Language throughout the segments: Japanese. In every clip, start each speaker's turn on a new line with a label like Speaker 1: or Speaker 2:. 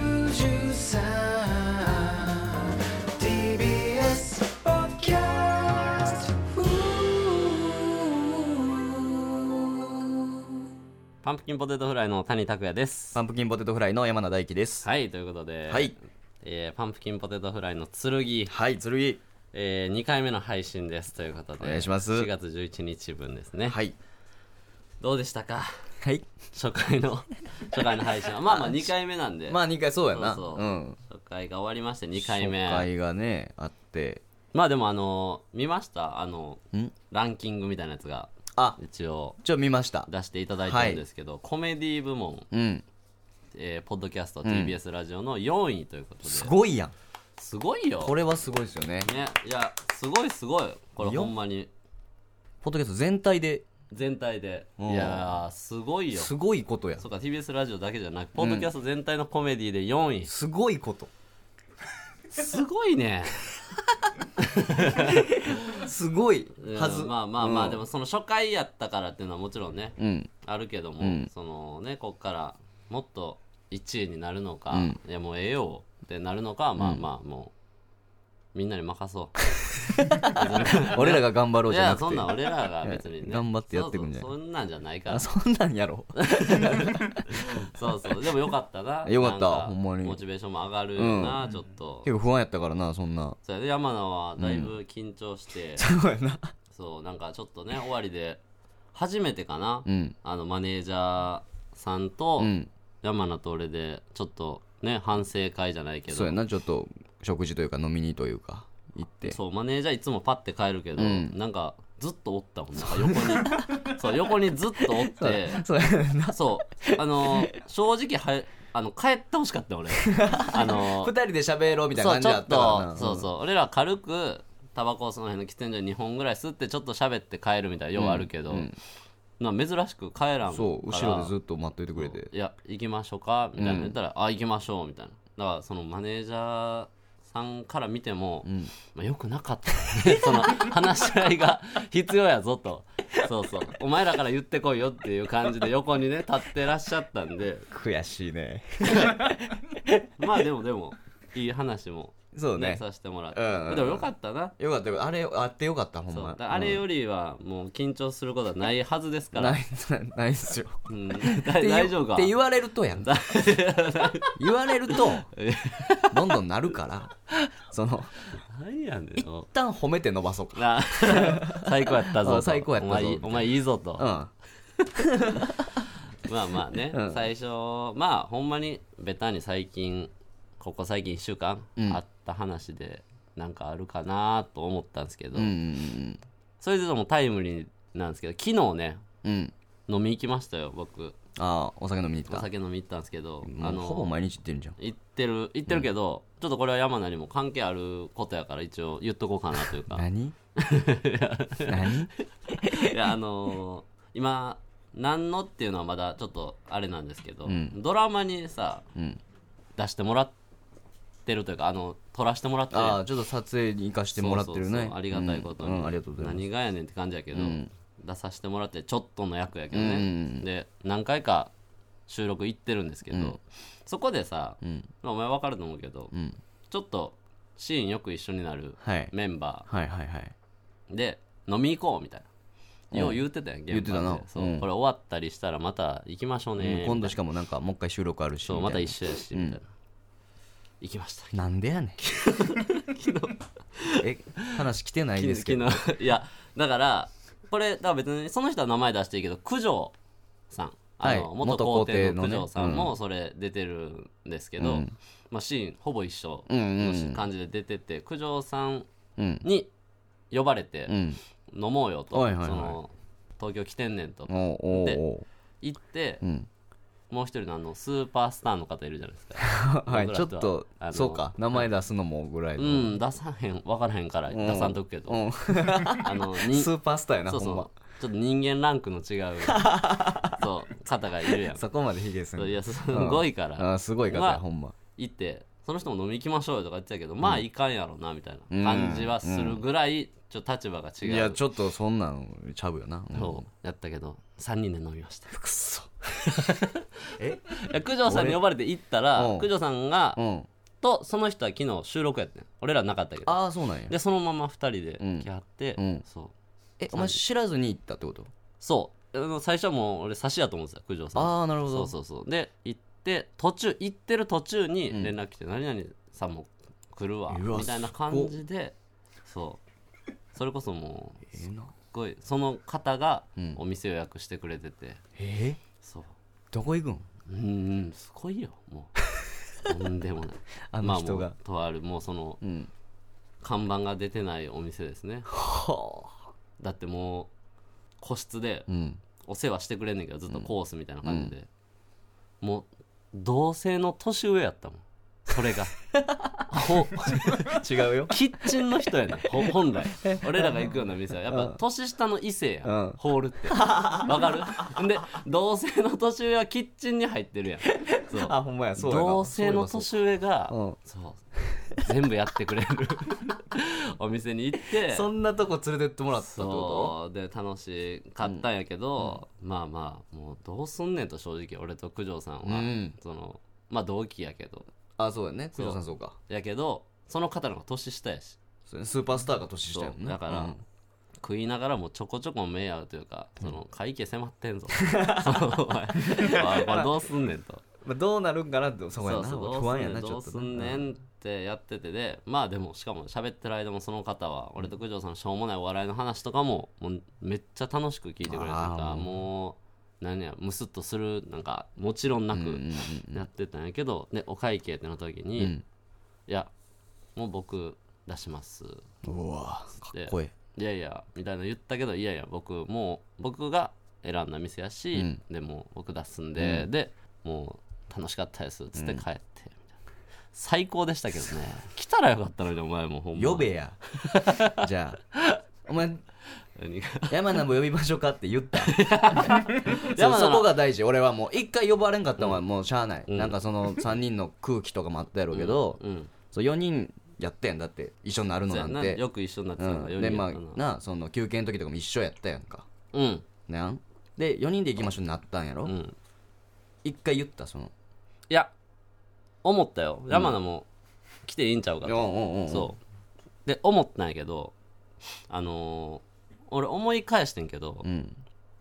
Speaker 1: 53 TBS Podcast
Speaker 2: パンプキンポテトフライの谷拓也です
Speaker 3: パ。ンプキンポテトフライの山名大輝です。
Speaker 2: はい、ということで、
Speaker 3: はい
Speaker 2: えーパンプキンポテトフライの剣、
Speaker 3: はい、剣。
Speaker 2: え2回目の配信ですということで、
Speaker 3: お願いします
Speaker 2: 4月11日分ですね。
Speaker 3: はい。
Speaker 2: どうでしたか
Speaker 3: はい。
Speaker 2: 初回 の、初回の配信は。まあまあ2回目なんで、
Speaker 3: まあ2回そうやな。
Speaker 2: そうそう
Speaker 3: うん。
Speaker 2: 初回が終わりまして2回目。
Speaker 3: 初回がね、あって。
Speaker 2: まあでもあのー見ましたあの、
Speaker 3: ん
Speaker 2: ランキングみたいなやつが、
Speaker 3: あ、
Speaker 2: 一応
Speaker 3: ちょ、見ました。
Speaker 2: 出していただいたんですけど、コメディ部門、
Speaker 3: うん。
Speaker 2: えーポッドキャスト TBS ラジオの4位ということで、
Speaker 3: すごいやん。
Speaker 2: すごいよ。
Speaker 3: これはすごいですよね。
Speaker 2: ねいやすごいすごいこれほんまに
Speaker 3: ポッドキャスト全体で
Speaker 2: 全体でい
Speaker 3: うん
Speaker 2: やーすごいよ
Speaker 3: すごいことやん
Speaker 2: そ。うか TBS ラジオだけじゃなくポッドキャスト全体のコメディで4位、
Speaker 3: すごいこと。
Speaker 2: すごいね
Speaker 3: すごい
Speaker 2: うん
Speaker 3: はず。
Speaker 2: まあまあまあ、
Speaker 3: うん
Speaker 2: でもその初回やったからっていうのはもちろんね
Speaker 3: うん。
Speaker 2: あるけども、
Speaker 3: うん
Speaker 2: そのねこっからもっと1位になるのか、
Speaker 3: うん
Speaker 2: いやもうええよってなるのか、まあまあもうみんなに任そう
Speaker 3: 俺らが頑張ろう
Speaker 2: い
Speaker 3: じゃな
Speaker 2: や
Speaker 3: くて。
Speaker 2: そんなん俺らが別にね
Speaker 3: 頑張ってやってくんじゃない
Speaker 2: そうそうそんなんじゃないから
Speaker 3: あそんなんやろ。
Speaker 2: そうそうでもよかったな
Speaker 3: よかった
Speaker 2: なん
Speaker 3: ほんまに
Speaker 2: モチベーションも上がるよな、ちょっと
Speaker 3: 結構不安やったからな、そんな。
Speaker 2: それで山名はだいぶ緊張して、
Speaker 3: そうやな。
Speaker 2: そうなんかちょっとね終わりで初めてかな、
Speaker 3: うん。
Speaker 2: あのマネージャーさんと
Speaker 3: うん。
Speaker 2: 山名と俺でちょっとね反省会じゃないけど
Speaker 3: そうやな、ちょっと、食事というか飲みにというか、行って。
Speaker 2: そうマネージャーいつもパッて帰るけど、
Speaker 3: うん
Speaker 2: なんかずっとおったもんなんか横にそう横にずっとおって
Speaker 3: そうやな。
Speaker 2: そうあの正直はあの帰ってほしかった 俺あの
Speaker 3: 二人で喋ろうみたいな
Speaker 2: そう
Speaker 3: 感
Speaker 2: ち
Speaker 3: じ
Speaker 2: ょ
Speaker 3: や
Speaker 2: っ
Speaker 3: ったから
Speaker 2: と
Speaker 3: な。
Speaker 2: そうそう俺ら軽くタバコをその辺の喫煙所に2本ぐらい吸ってちょっと喋って帰るみたいなようあるけど、な珍しく帰らん
Speaker 3: そう
Speaker 2: から
Speaker 3: 後ろでずっと待っといてくれて
Speaker 2: いや行きましょうかみたいな言ったら、あ行きましょうみたいなだからそのマネージャーさんから見ても、まあ、よくなかった、 ね、その話し合いが必要やぞとそうそうお前らから言ってこいよっていう感じで横にね立ってらっしゃったんで
Speaker 3: 悔しいね
Speaker 2: まあでもでもいい話も、
Speaker 3: そう
Speaker 2: ね
Speaker 3: ね
Speaker 2: させてもらって、
Speaker 3: うんうん
Speaker 2: でもよかったな
Speaker 3: よかったよあれあってよかったほん
Speaker 2: そうだ
Speaker 3: ま
Speaker 2: からあれよりはもう緊張することはないはずですか
Speaker 3: うん
Speaker 2: ら
Speaker 3: な、いないっすよ
Speaker 2: うん、
Speaker 3: って言う
Speaker 2: 大丈夫か
Speaker 3: って言われると やん言われるとどんどんなるからその
Speaker 2: 何やねん
Speaker 3: 一旦褒めて伸ばそうか
Speaker 2: な 最高やったぞと
Speaker 3: あ最高やったぞ
Speaker 2: お前いいお前いいぞと、
Speaker 3: うん
Speaker 2: まあまあね、
Speaker 3: うん
Speaker 2: 最初まあほんまにベタに最近ここ最近1週間、あった話でなんかあるかなと思ったんですけど、
Speaker 3: うんうん
Speaker 2: それでもタイムリーなんですけど昨日ね
Speaker 3: うんうん
Speaker 2: 飲み行きましたよ僕
Speaker 3: ああお酒飲みに行
Speaker 2: お
Speaker 3: った
Speaker 2: 酒飲み行ったんですけど
Speaker 3: もうほぼ毎日行ってるじゃん
Speaker 2: 言ってる言ってるけど、ちょっとこれは山名にも関係あることやから一応言っとこうかなというか
Speaker 3: 何何
Speaker 2: いやあのー今何のっていうのはまだちょっとあれなんですけど、
Speaker 3: ん
Speaker 2: ドラマにさ
Speaker 3: うん
Speaker 2: 出してもらってるというかあの撮らしてもらってる
Speaker 3: ああちょっと撮影に行かしてもらってる
Speaker 2: そうそう
Speaker 3: ね
Speaker 2: そうありがたいことに、
Speaker 3: うんうんありがとうございます
Speaker 2: 何がやねんって感じやけど、
Speaker 3: うん
Speaker 2: 出させてもらってちょっとの役やけど
Speaker 3: うんう
Speaker 2: ね
Speaker 3: ん、
Speaker 2: で何回か収録行ってるんですけど、
Speaker 3: うん
Speaker 2: そこでさ、
Speaker 3: うん
Speaker 2: まあ、お前分かると思うけど、
Speaker 3: うん
Speaker 2: ちょっとシーンよく一緒になる
Speaker 3: はい
Speaker 2: メンバ
Speaker 3: はいはいはい
Speaker 2: ーで飲み行こうみたいな、よう言うてたやん現場で
Speaker 3: 言ってたな
Speaker 2: そう、
Speaker 3: うん
Speaker 2: これ終わったりしたらまた行きましょうねみたいな
Speaker 3: 今度しかもなんかもう一回収録あるし
Speaker 2: そうまた
Speaker 3: み
Speaker 2: 一緒やしみたいな、行きました
Speaker 3: たいななんで やねんえ話来てないですけど
Speaker 2: 昨日いやだからこれだから別にその人は名前出していいけど九条さんあの、
Speaker 3: はい
Speaker 2: 元皇帝の九条さん
Speaker 3: 元皇帝のね
Speaker 2: もそれ出てるんですけど、
Speaker 3: うん
Speaker 2: まあ、シーンほぼ一緒
Speaker 3: うんうんう
Speaker 2: の
Speaker 3: ん
Speaker 2: 感じで出てて、九条さん
Speaker 3: うん
Speaker 2: に呼ばれて
Speaker 3: うん
Speaker 2: 飲もうよと、
Speaker 3: はいはいはい
Speaker 2: その東京来てんねんと
Speaker 3: おうおう
Speaker 2: で
Speaker 3: お
Speaker 2: 行って、
Speaker 3: ううん
Speaker 2: もう一人のあのスーパースターの方いるじゃないですか
Speaker 3: はい
Speaker 2: 僕
Speaker 3: ちょ
Speaker 2: ら
Speaker 3: っ
Speaker 2: とは
Speaker 3: と
Speaker 2: あの
Speaker 3: そうか名前出すのもぐらいうの
Speaker 2: ん出さへん分からへんから
Speaker 3: うん
Speaker 2: 出さんとくけど、
Speaker 3: うん
Speaker 2: あのに
Speaker 3: スーパースターやな
Speaker 2: そう
Speaker 3: ほ
Speaker 2: そ
Speaker 3: ん
Speaker 2: う
Speaker 3: ま
Speaker 2: ちょっと人間ランクの違 うそう方がいるやん
Speaker 3: そこまでヒゲすん
Speaker 2: そうい
Speaker 3: の
Speaker 2: やすごいか
Speaker 3: あ
Speaker 2: ら
Speaker 3: ーすごい方
Speaker 2: まあ
Speaker 3: やほんま
Speaker 2: 行ってその人も飲み行きましょうよとか言ってたけど、まあいかんやろなみたいな感じはするぐらいちょっと立場が違う
Speaker 3: いやちょっとそんなんちゃうよなうん
Speaker 2: そうやったけど3人で飲み ました
Speaker 3: くそえ
Speaker 2: いや九条さんに呼ばれて行ったら
Speaker 3: うん
Speaker 2: 九条さんが、
Speaker 3: うん
Speaker 2: とその人は昨日収録やってん俺らなかったけど
Speaker 3: ああそうなんや
Speaker 2: でそのまま2人
Speaker 3: うん
Speaker 2: で来はって、
Speaker 3: うん
Speaker 2: そう
Speaker 3: えお前知らずに行ったってこと
Speaker 2: そうあの最初はもう俺差しやと思うんですよ九条さん
Speaker 3: ああなるほど
Speaker 2: そうそうそうで行って途中行ってる途中に
Speaker 3: うん
Speaker 2: 連絡来て「何々さんも来るわ」
Speaker 3: うわ
Speaker 2: みたいな感じでそうそれこそもう
Speaker 3: ええな
Speaker 2: すっごいその方が
Speaker 3: うん
Speaker 2: お店予約してくれてて、
Speaker 3: ええ
Speaker 2: そう
Speaker 3: どこ行くん
Speaker 2: うんうんすごいよも うとんでもない
Speaker 3: あの人が
Speaker 2: まあ、もうとあるもうその
Speaker 3: うん
Speaker 2: 看板が出てないお店ですね
Speaker 3: はあ
Speaker 2: だってもう個室で
Speaker 3: うん
Speaker 2: お世話してくれんねんけどずっとコースみたいな感じで、もう同性の年上やったもんそれが ほ
Speaker 3: 違うよ
Speaker 2: キッチンの人やねんほ本来俺らが行くような店はやっぱ年下の異性やん、
Speaker 3: うん
Speaker 2: ホールってわかるんで同性の年上はキッチンに入ってるやんそう
Speaker 3: あほんま やそうやな
Speaker 2: 同性の年上が
Speaker 3: そういえばそう
Speaker 2: そう全部やってく れるお店に行って
Speaker 3: そんなとこ連れてってもらったってこ
Speaker 2: そうで楽しかったんやけど、まあまあもうどうすんねんと正直俺と九条さんは、
Speaker 3: うん
Speaker 2: そのまあ同期やけど
Speaker 3: とあそうやね九条さんそうか
Speaker 2: やけどその方の方が年下やし
Speaker 3: そうやねスーパースターが年下やもん
Speaker 2: そう
Speaker 3: ね
Speaker 2: だから、
Speaker 3: うん
Speaker 2: 食いながらもちょこちょこ目合うというかその会計迫ってんぞ そうお 前おいこれどうすんねんと
Speaker 3: まあどうなるんかなってそこやな
Speaker 2: そうそう
Speaker 3: 不安やなち
Speaker 2: ど
Speaker 3: ょ
Speaker 2: う
Speaker 3: っと
Speaker 2: すんねんどうすんねんってやっててでまあでもしかも喋ってる間もその方は俺と九条さんのしょうもないお笑いの話とかももうめっちゃ楽しく聞いてくれるという
Speaker 3: あ
Speaker 2: か
Speaker 3: ー
Speaker 2: もう何やムスっとするなんかもちろんな
Speaker 3: うんうん
Speaker 2: くやってたんやけど、でお会計っての時に、
Speaker 3: う
Speaker 2: い
Speaker 3: ん
Speaker 2: やもう僕出します
Speaker 3: うんうわかっこえ
Speaker 2: いやいやみたいな言ったけどいやいや僕もう僕が選んだ店やし、
Speaker 3: うん
Speaker 2: でもう僕出すんで、
Speaker 3: うん
Speaker 2: でもう楽しかったですっつって帰って、みたいな最高でしたけどね来たらよかったのにお前もほん
Speaker 3: え
Speaker 2: ま
Speaker 3: 呼べ やじゃあお前
Speaker 2: 何が
Speaker 3: 山名も呼びましょうかって言った
Speaker 2: 山
Speaker 3: そ
Speaker 2: 名
Speaker 3: そこが大事俺はもう一回呼ばれんかったのはもうしゃあない、
Speaker 2: うん
Speaker 3: なんかそ の3人の空気とかもあった やろうけど、
Speaker 2: うん
Speaker 3: そう4人やってんだって一緒になるの
Speaker 2: そ
Speaker 3: な
Speaker 2: うや
Speaker 3: ん
Speaker 2: な
Speaker 3: て
Speaker 2: よく一緒になって
Speaker 3: う
Speaker 2: たのが
Speaker 3: ん、
Speaker 2: 4
Speaker 3: で
Speaker 2: 人
Speaker 3: ま
Speaker 2: やっ
Speaker 3: あ
Speaker 2: たな
Speaker 3: なその休憩の時とかも一緒やったやんか
Speaker 2: うん
Speaker 3: なんで4人で行きましょうになったんやろ
Speaker 2: うん
Speaker 3: 一、回言ったその
Speaker 2: いや思ったよ山名も来ていいんちゃうかと、そうで思ったんやけどあのー俺思い返してんけど、
Speaker 3: うんうん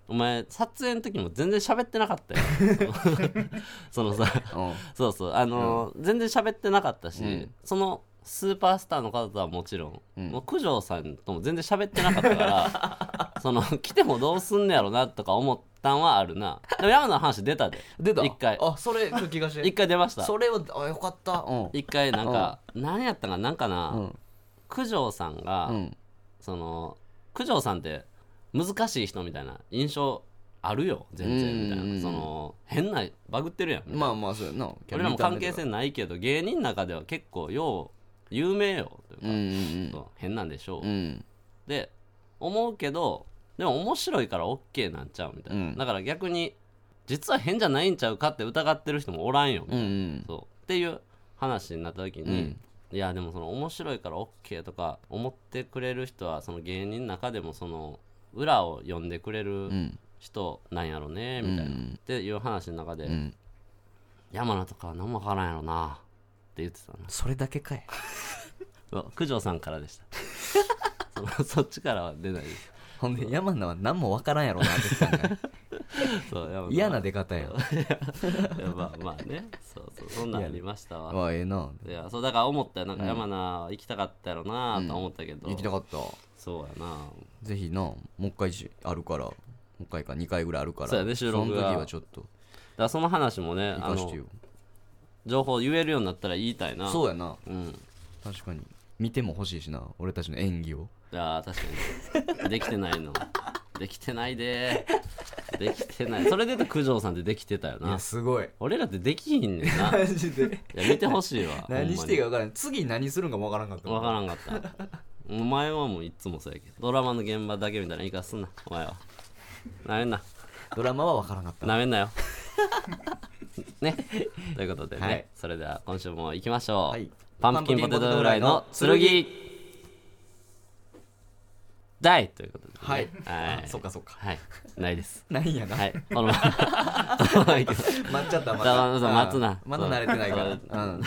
Speaker 2: お前撮影の時も全然喋ってなかったよ そのさ
Speaker 3: うん
Speaker 2: そうそうあのー全然喋ってなかったし、
Speaker 3: うん
Speaker 2: そのスーパースターの方とはもちろん、
Speaker 3: うん
Speaker 2: もう九条さんとも全然喋ってなかったから その来てもどうすんねやろなとか思ったんはあるなでも山名の話出たで
Speaker 3: 出た
Speaker 2: 一回
Speaker 3: あそれ気がし
Speaker 2: 一
Speaker 3: て
Speaker 2: 回出まし た
Speaker 3: それはあよかったうん
Speaker 2: 一回なんか何やったかなんかな、
Speaker 3: うん
Speaker 2: 九条さんが、
Speaker 3: うん
Speaker 2: その九条さんって難しい人みたいな印象あるよ全然みたいな、
Speaker 3: うんうんうん
Speaker 2: その変なバグってるやんみたいな
Speaker 3: まあまあそうやな
Speaker 2: 俺らも関係性
Speaker 3: ん
Speaker 2: ないけど芸人の中では結構よう有名よという
Speaker 3: う
Speaker 2: か
Speaker 3: んうん
Speaker 2: そう変なんでしょう、
Speaker 3: うんうん
Speaker 2: で思うけどでも面白いから OK なんちゃうみたいな、
Speaker 3: うん
Speaker 2: だから逆に実は変じゃないんちゃうかって疑ってる人もおらんよみ
Speaker 3: う
Speaker 2: たい
Speaker 3: ん
Speaker 2: な、
Speaker 3: うん
Speaker 2: そうっていう話になった時に、いやでもその面白いから OK とか思ってくれる人はその芸人の中でもその裏を読んでくれる
Speaker 3: うん
Speaker 2: 人なんやろね
Speaker 3: うん
Speaker 2: みたいな、
Speaker 3: う
Speaker 2: っ
Speaker 3: ん
Speaker 2: ていう話の中で、
Speaker 3: うん
Speaker 2: 山名とかは何もわからんやろなって言ってたな
Speaker 3: それだけかい
Speaker 2: そう九条さんからでした そのそっちからは出ないです
Speaker 3: ほんで山名は何もわからんやろなって言ってたんや
Speaker 2: そう山名 は
Speaker 3: 嫌な出方 や
Speaker 2: いや まあまあねそうそうそんなんありましたわ
Speaker 3: わええない
Speaker 2: やそうだから思ったよなんか山名は行きたかったやろなとは思ったけど、
Speaker 3: 行きたかった
Speaker 2: そうやな
Speaker 3: ぜひなもう一回しあるからもう一回か二回ぐらいあるから
Speaker 2: そうやね収録が
Speaker 3: その時はちょっと
Speaker 2: だからその話もね
Speaker 3: 行
Speaker 2: あ
Speaker 3: かして
Speaker 2: の
Speaker 3: よ
Speaker 2: 情報言えるようになったら言いたいな
Speaker 3: そうやな
Speaker 2: うん
Speaker 3: 確かに見ても欲しいしな俺たちの演技を
Speaker 2: いやー確かにできてないのできてないでできてないそれで言うと九条さんってできてたよな
Speaker 3: すごい
Speaker 2: 俺らってできひんねんない
Speaker 3: マジで
Speaker 2: や見てほしいわ
Speaker 3: 何していい
Speaker 2: よ
Speaker 3: か分からん次何するんかも分からんかった
Speaker 2: わからんかったお前はもういっつもそうやけどドラマの現場だけみたいな言い方すんなお前はなめんな
Speaker 3: ドラマは分からんかった
Speaker 2: なめん なよねということでね、
Speaker 3: はい
Speaker 2: それでは今週も行きましょう、
Speaker 3: はい
Speaker 2: パンプキンポテトフライの剣たいということでね、
Speaker 3: はい
Speaker 2: はい
Speaker 3: あそっかそっか
Speaker 2: はいないです
Speaker 3: なんやな
Speaker 2: はいこのままこのままいきます
Speaker 3: 待っちゃったま
Speaker 2: だからそう待つ
Speaker 3: うん
Speaker 2: な
Speaker 3: まだ慣れてないから
Speaker 2: そう
Speaker 3: うん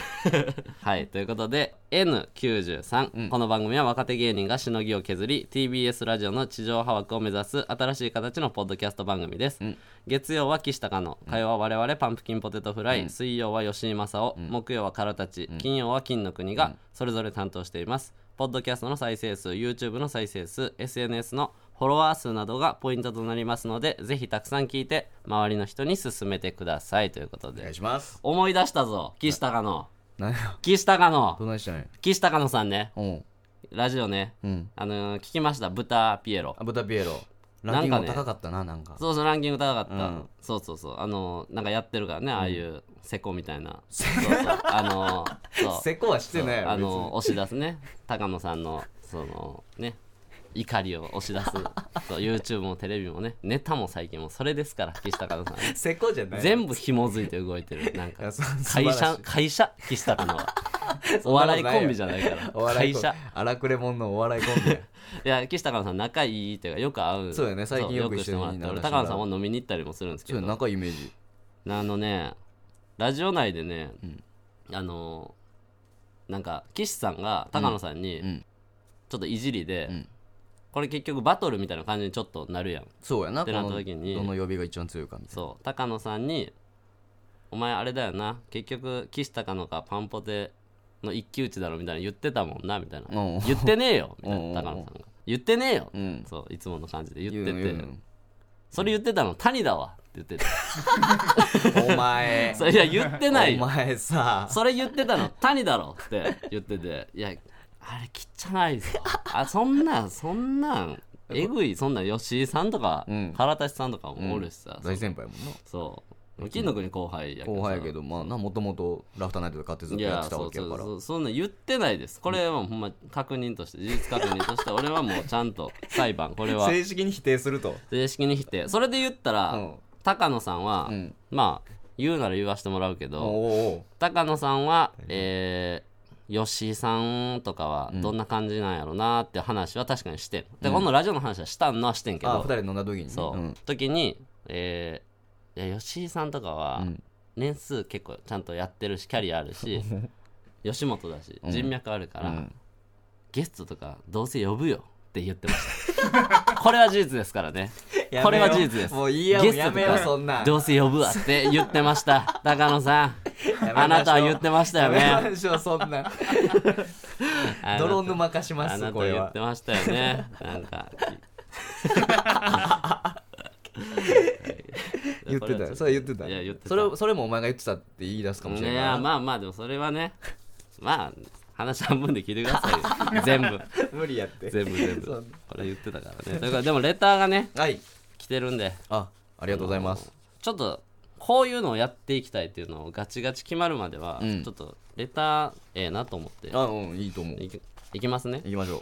Speaker 2: はいということで N93、
Speaker 3: うん
Speaker 2: この番組は若手芸人がしのぎを削り TBS ラジオの地上波枠を目指す新しい形のポッドキャスト番組です、
Speaker 3: うん
Speaker 2: 月曜は岸高野火曜は我々パンプキンポテトフライ、水曜は吉井正夫、木曜はカラタチ、金曜は金の国がそれぞれ担当していますポッドキャストの再生数 YouTube の再生数 SNS のフォロワー数などがポイントとなりますのでぜひたくさん聞いて周りの人に勧めてくださいということ
Speaker 3: お
Speaker 2: で
Speaker 3: 願いします
Speaker 2: 思い出したぞ岸高野
Speaker 3: なんや
Speaker 2: 岸高野
Speaker 3: どないしたんや
Speaker 2: 岸高野さんね
Speaker 3: うん
Speaker 2: ラジオね、
Speaker 3: うん
Speaker 2: あのー聞きました豚ピエロ
Speaker 3: あ豚ピエロ
Speaker 2: なん
Speaker 3: ラン
Speaker 2: か
Speaker 3: キング
Speaker 2: ね
Speaker 3: も高かったななんか
Speaker 2: そうそうランキング高かった、
Speaker 3: うん
Speaker 2: そうそうそうあのーなんかやってるからねああいうセコみたいな、そうそうあのーそう
Speaker 3: せこはしてないやろ
Speaker 2: あのー押し出すね高野さんのそのね怒りを押し出 すそう YouTube もテレビもねネタも最近もそれですから岸高野さん
Speaker 3: 別にせこじゃない
Speaker 2: 全部紐づいて動いてるなん
Speaker 3: いや
Speaker 2: か
Speaker 3: そう
Speaker 2: 会
Speaker 3: 素晴ら
Speaker 2: 社
Speaker 3: しい
Speaker 2: 会社岸高野 はお笑いコンビじゃないから
Speaker 3: お笑い
Speaker 2: 会
Speaker 3: コン
Speaker 2: 社
Speaker 3: ビ荒くれ者のお笑い コンビや
Speaker 2: いや岸高野さん仲いいっていうかよく会う
Speaker 3: そうだよね最近よく一緒に
Speaker 2: そうよくしてもらって
Speaker 3: な
Speaker 2: る
Speaker 3: んか
Speaker 2: 高野さんも飲みに行ったりもするんですけ
Speaker 3: ちょっと
Speaker 2: ど
Speaker 3: 仲いいイメージ
Speaker 2: あのねラジオ内でね、あのなんか岸さんが高野さん
Speaker 3: うんうん
Speaker 2: にちょっといじりで、
Speaker 3: うん
Speaker 2: これ結局バトルみたいな感じにちょっとなるやん
Speaker 3: そうやな
Speaker 2: って
Speaker 3: こ
Speaker 2: な
Speaker 3: の
Speaker 2: った
Speaker 3: ど
Speaker 2: 時に
Speaker 3: の呼びが一番強いかみたい
Speaker 2: そう高野さんに「お前あれだよな結局岸高野かパンポテの一騎打ちだろ」みたいな言ってたもんなみたいな
Speaker 3: うん
Speaker 2: 「言ってねえよ」みたい
Speaker 3: うん
Speaker 2: な高野さんが「言ってねえよ」
Speaker 3: なうん
Speaker 2: そういつもの感じで言
Speaker 3: 言
Speaker 2: っ
Speaker 3: う
Speaker 2: て
Speaker 3: の
Speaker 2: て
Speaker 3: 言うの
Speaker 2: それ言ってたの谷だわって言ってた
Speaker 3: お前
Speaker 2: それいや言ってない
Speaker 3: お
Speaker 2: よ
Speaker 3: 前さ
Speaker 2: それ言ってたの谷だろって言ってていやあれきっちゃないぞあそんなんそんなんえぐいそんなん吉井さんとか、
Speaker 3: うん
Speaker 2: 原田さんとかもおるしさ、
Speaker 3: 大先輩やもんな
Speaker 2: そう金の国後輩やけど
Speaker 3: 後
Speaker 2: さ
Speaker 3: 輩やけどまあなもともとラフターナイトとかってずっ
Speaker 2: い
Speaker 3: とやっ
Speaker 2: や
Speaker 3: てた
Speaker 2: そ
Speaker 3: わ
Speaker 2: う
Speaker 3: けや
Speaker 2: そう
Speaker 3: から
Speaker 2: そうそんなん言ってないですこれはもうほんま確認として事実確認 として俺はもうちゃんと裁判これは
Speaker 3: 正式に否定すると
Speaker 2: 正式に否定それで言ったら、
Speaker 3: うん
Speaker 2: 高野さんは、
Speaker 3: うん
Speaker 2: まあ言うなら言わしてもらうけど、
Speaker 3: おお
Speaker 2: 高野さんは、えー、吉井さんとかはどんな感じなんやろなって話は確かにしてん、でこのラジオの話はしたんのはしてんけ
Speaker 3: あ
Speaker 2: ど
Speaker 3: 二、人飲んだ時にね
Speaker 2: そう、
Speaker 3: ん
Speaker 2: 時に、えーいや吉井さんとかは
Speaker 3: うん
Speaker 2: 年数結構ちゃんとやってるしキャリアあ るし吉本だし人脈あるから、
Speaker 3: うん
Speaker 2: ゲストとかどうせ呼ぶよって言ってました これは事実ですからね
Speaker 3: やめよう
Speaker 2: これは事実です
Speaker 3: もういいや
Speaker 2: ゲ
Speaker 3: もう
Speaker 2: スト
Speaker 3: や
Speaker 2: と
Speaker 3: め
Speaker 2: か
Speaker 3: ようそんなん
Speaker 2: どうせ呼ぶわって言ってました高野さん
Speaker 3: やめましょう
Speaker 2: あなたは言ってましたよ
Speaker 3: やめ
Speaker 2: ね
Speaker 3: ましょうそんな
Speaker 2: あなた
Speaker 3: 泥沼化しま
Speaker 2: あ
Speaker 3: す
Speaker 2: なた
Speaker 3: これ
Speaker 2: 言っ
Speaker 3: は
Speaker 2: てましたよね。なんか。
Speaker 3: 言ってたよそれは言ってた
Speaker 2: いや、言ってた。
Speaker 3: それそれもお前が言ってたって言い出すかもしれな
Speaker 2: い
Speaker 3: い
Speaker 2: や、
Speaker 3: な
Speaker 2: まあまあ、でもそれはね、まあ、話半分で聞いてくださ いよ。全部、
Speaker 3: 無理やって
Speaker 2: 全部、全
Speaker 3: そう
Speaker 2: 部。これ言ってたからね。だから、でもレターがね、
Speaker 3: はい
Speaker 2: 来てるんで、
Speaker 3: あありがとうございます
Speaker 2: ちょっと、こういうのをやっていきたいっていうのをガチガチ決まるまでは、
Speaker 3: うん
Speaker 2: ちょっとレターええなと思って
Speaker 3: あうんいいと思う
Speaker 2: いきいきますね
Speaker 3: 行きましょう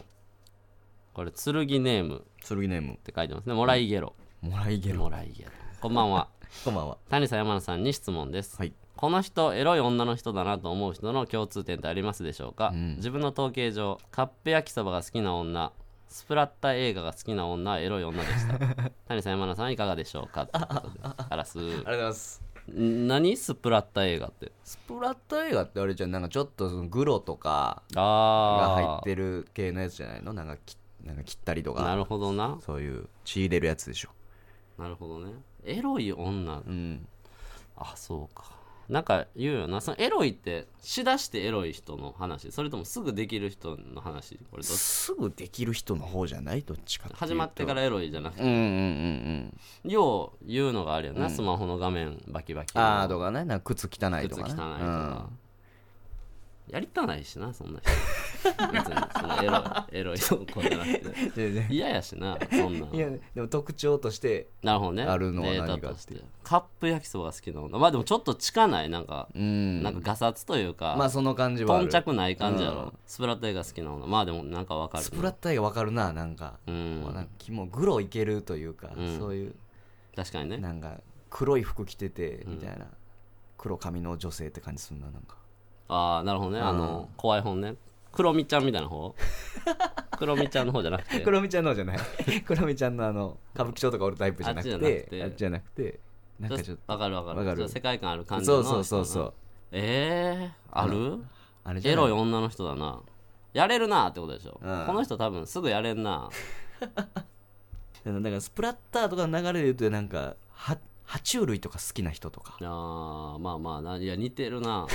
Speaker 2: これ剣ネームっ
Speaker 3: 剣ネーム
Speaker 2: て書いてますねもらいゲロ
Speaker 3: もらいゲロ
Speaker 2: もらいゲロこんばんは
Speaker 3: こんばんは
Speaker 2: 谷さん山野さんに質問です、
Speaker 3: はい
Speaker 2: この人エロい女の人だなと思う人の共通点ってありますでしょうか、
Speaker 3: うん
Speaker 2: 自分の統計上カップ焼きそばが好きな女スプラッタ映画が好きな女はエロい女で した谷さん山野さんいかがでしょうかということであらす
Speaker 3: ありがとうございます
Speaker 2: ん何スプラッタ映画って
Speaker 3: スプラッタ映画ってあれじゃんなんかちょっとそのグロとかが入
Speaker 2: あ
Speaker 3: っ
Speaker 2: あ
Speaker 3: てる系のやつじゃないのなんかきなんか切ったりと
Speaker 2: な
Speaker 3: か
Speaker 2: るほどな
Speaker 3: そういう血入れるやつでしょ
Speaker 2: なるほどねエロい女
Speaker 3: うん
Speaker 2: あそうかなんか言うよなそのエロいってしだしてエロい人の話それともすぐできる人の話これどっち
Speaker 3: すぐできる人の方じゃないどっちか
Speaker 2: 始まってからエロいじゃなくて
Speaker 3: うんうんうん
Speaker 2: よう言うのがあるよな、スマホの画面バキバキ
Speaker 3: うんああとかねなんか靴汚い
Speaker 2: 靴
Speaker 3: と
Speaker 2: 汚いと
Speaker 3: かね
Speaker 2: か、やりたないしなそんな人別にその エロいエロいとこじゃなくて
Speaker 3: うんいやい
Speaker 2: 嫌やしなそんな ん
Speaker 3: やいやでも特徴として
Speaker 2: なるほどね
Speaker 3: あるのは
Speaker 2: デ
Speaker 3: 何
Speaker 2: ー
Speaker 3: かっていう
Speaker 2: タとしてカップ焼きそばが好きな女まあでもちょっと近ないなんか、
Speaker 3: うん
Speaker 2: なんかガサツというか、
Speaker 3: まあその感じはあ
Speaker 2: 頓
Speaker 3: る
Speaker 2: 着ない感じやろ、
Speaker 3: うん
Speaker 2: スプラッタ映画好きな女まあでもなんかわかるな
Speaker 3: スプラッタ映画わかるななんか
Speaker 2: うん
Speaker 3: もうなんかきもうグロいけるというか、
Speaker 2: うん
Speaker 3: そういう
Speaker 2: 確かにね
Speaker 3: なんか黒い服着ててみたいな、 黒髪の女性って感じするななんか
Speaker 2: ああなるほどね、
Speaker 3: うん
Speaker 2: あの怖い本ね黒みちゃんみたいな方 黒みちゃんの方じゃなくて
Speaker 3: クロミちゃんのじゃない クロミちゃんのあの歌舞伎町とかおるタイプじゃなくてあ
Speaker 2: あ
Speaker 3: っ
Speaker 2: っ
Speaker 3: ち
Speaker 2: ち
Speaker 3: じゃなくてなんかちょっ
Speaker 2: わかるわかる
Speaker 3: わかる
Speaker 2: ちょっと世界観ある
Speaker 3: と
Speaker 2: 感じ
Speaker 3: そ
Speaker 2: の
Speaker 3: うそうそうそう
Speaker 2: えー、ある
Speaker 3: あれじ
Speaker 2: エ
Speaker 3: ゃ
Speaker 2: ロ
Speaker 3: ないい
Speaker 2: 女の人だなやれるなってことでしょ、
Speaker 3: うん
Speaker 2: この人多分すぐやれんな
Speaker 3: なんかスプラッターとかの流れで言うとなんかは爬虫類とか好きな人と か
Speaker 2: あーまあまあないや似てる な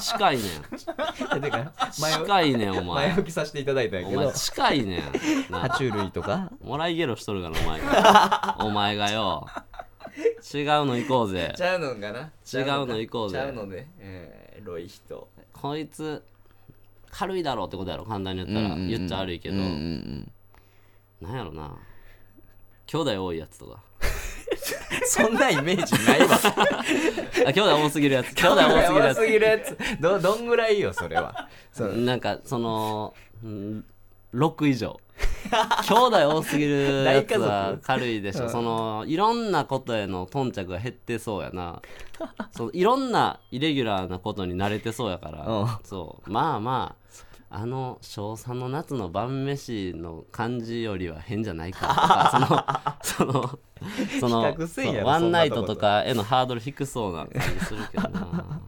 Speaker 2: 近いね
Speaker 3: だから前
Speaker 2: ん近いねんお
Speaker 3: 前
Speaker 2: 前
Speaker 3: 置きさせていただいたんや
Speaker 2: お
Speaker 3: けど
Speaker 2: 前近いねん
Speaker 3: 爬
Speaker 2: な
Speaker 3: 虫類とか
Speaker 2: もらいゲロしとるからお前が お前がよ違うの行こうぜ
Speaker 3: ちゃうのんかな
Speaker 2: 違うの行こうぜ
Speaker 3: ちゃうのねえーエロい人
Speaker 2: こいつ軽いだろうってことやろ簡単に言ったら言っちゃ悪いけどなんやろな兄弟多いやつとか
Speaker 3: そんなイメージないわ
Speaker 2: あ兄弟多すぎるやつ兄弟多すぎるやつ
Speaker 3: 多すぎるやつどどんぐらいよそれはそう
Speaker 2: なんかそのうん6以上兄弟多すぎるやつ
Speaker 3: 大家
Speaker 2: は
Speaker 3: 族
Speaker 2: 軽いでしょ、そのいろんなことへの頓着が減ってそうやなそういろんなイレギュラーなことに慣れてそうやから、
Speaker 3: うん
Speaker 2: そうまあまああの小3の夏の晩飯の感じよりは変じゃないかとかそのそのその
Speaker 3: 比較せんやろ
Speaker 2: そうワ
Speaker 3: そん
Speaker 2: ン
Speaker 3: な
Speaker 2: ナイ
Speaker 3: とこと
Speaker 2: トとかへのハードル低そうな感じするけどな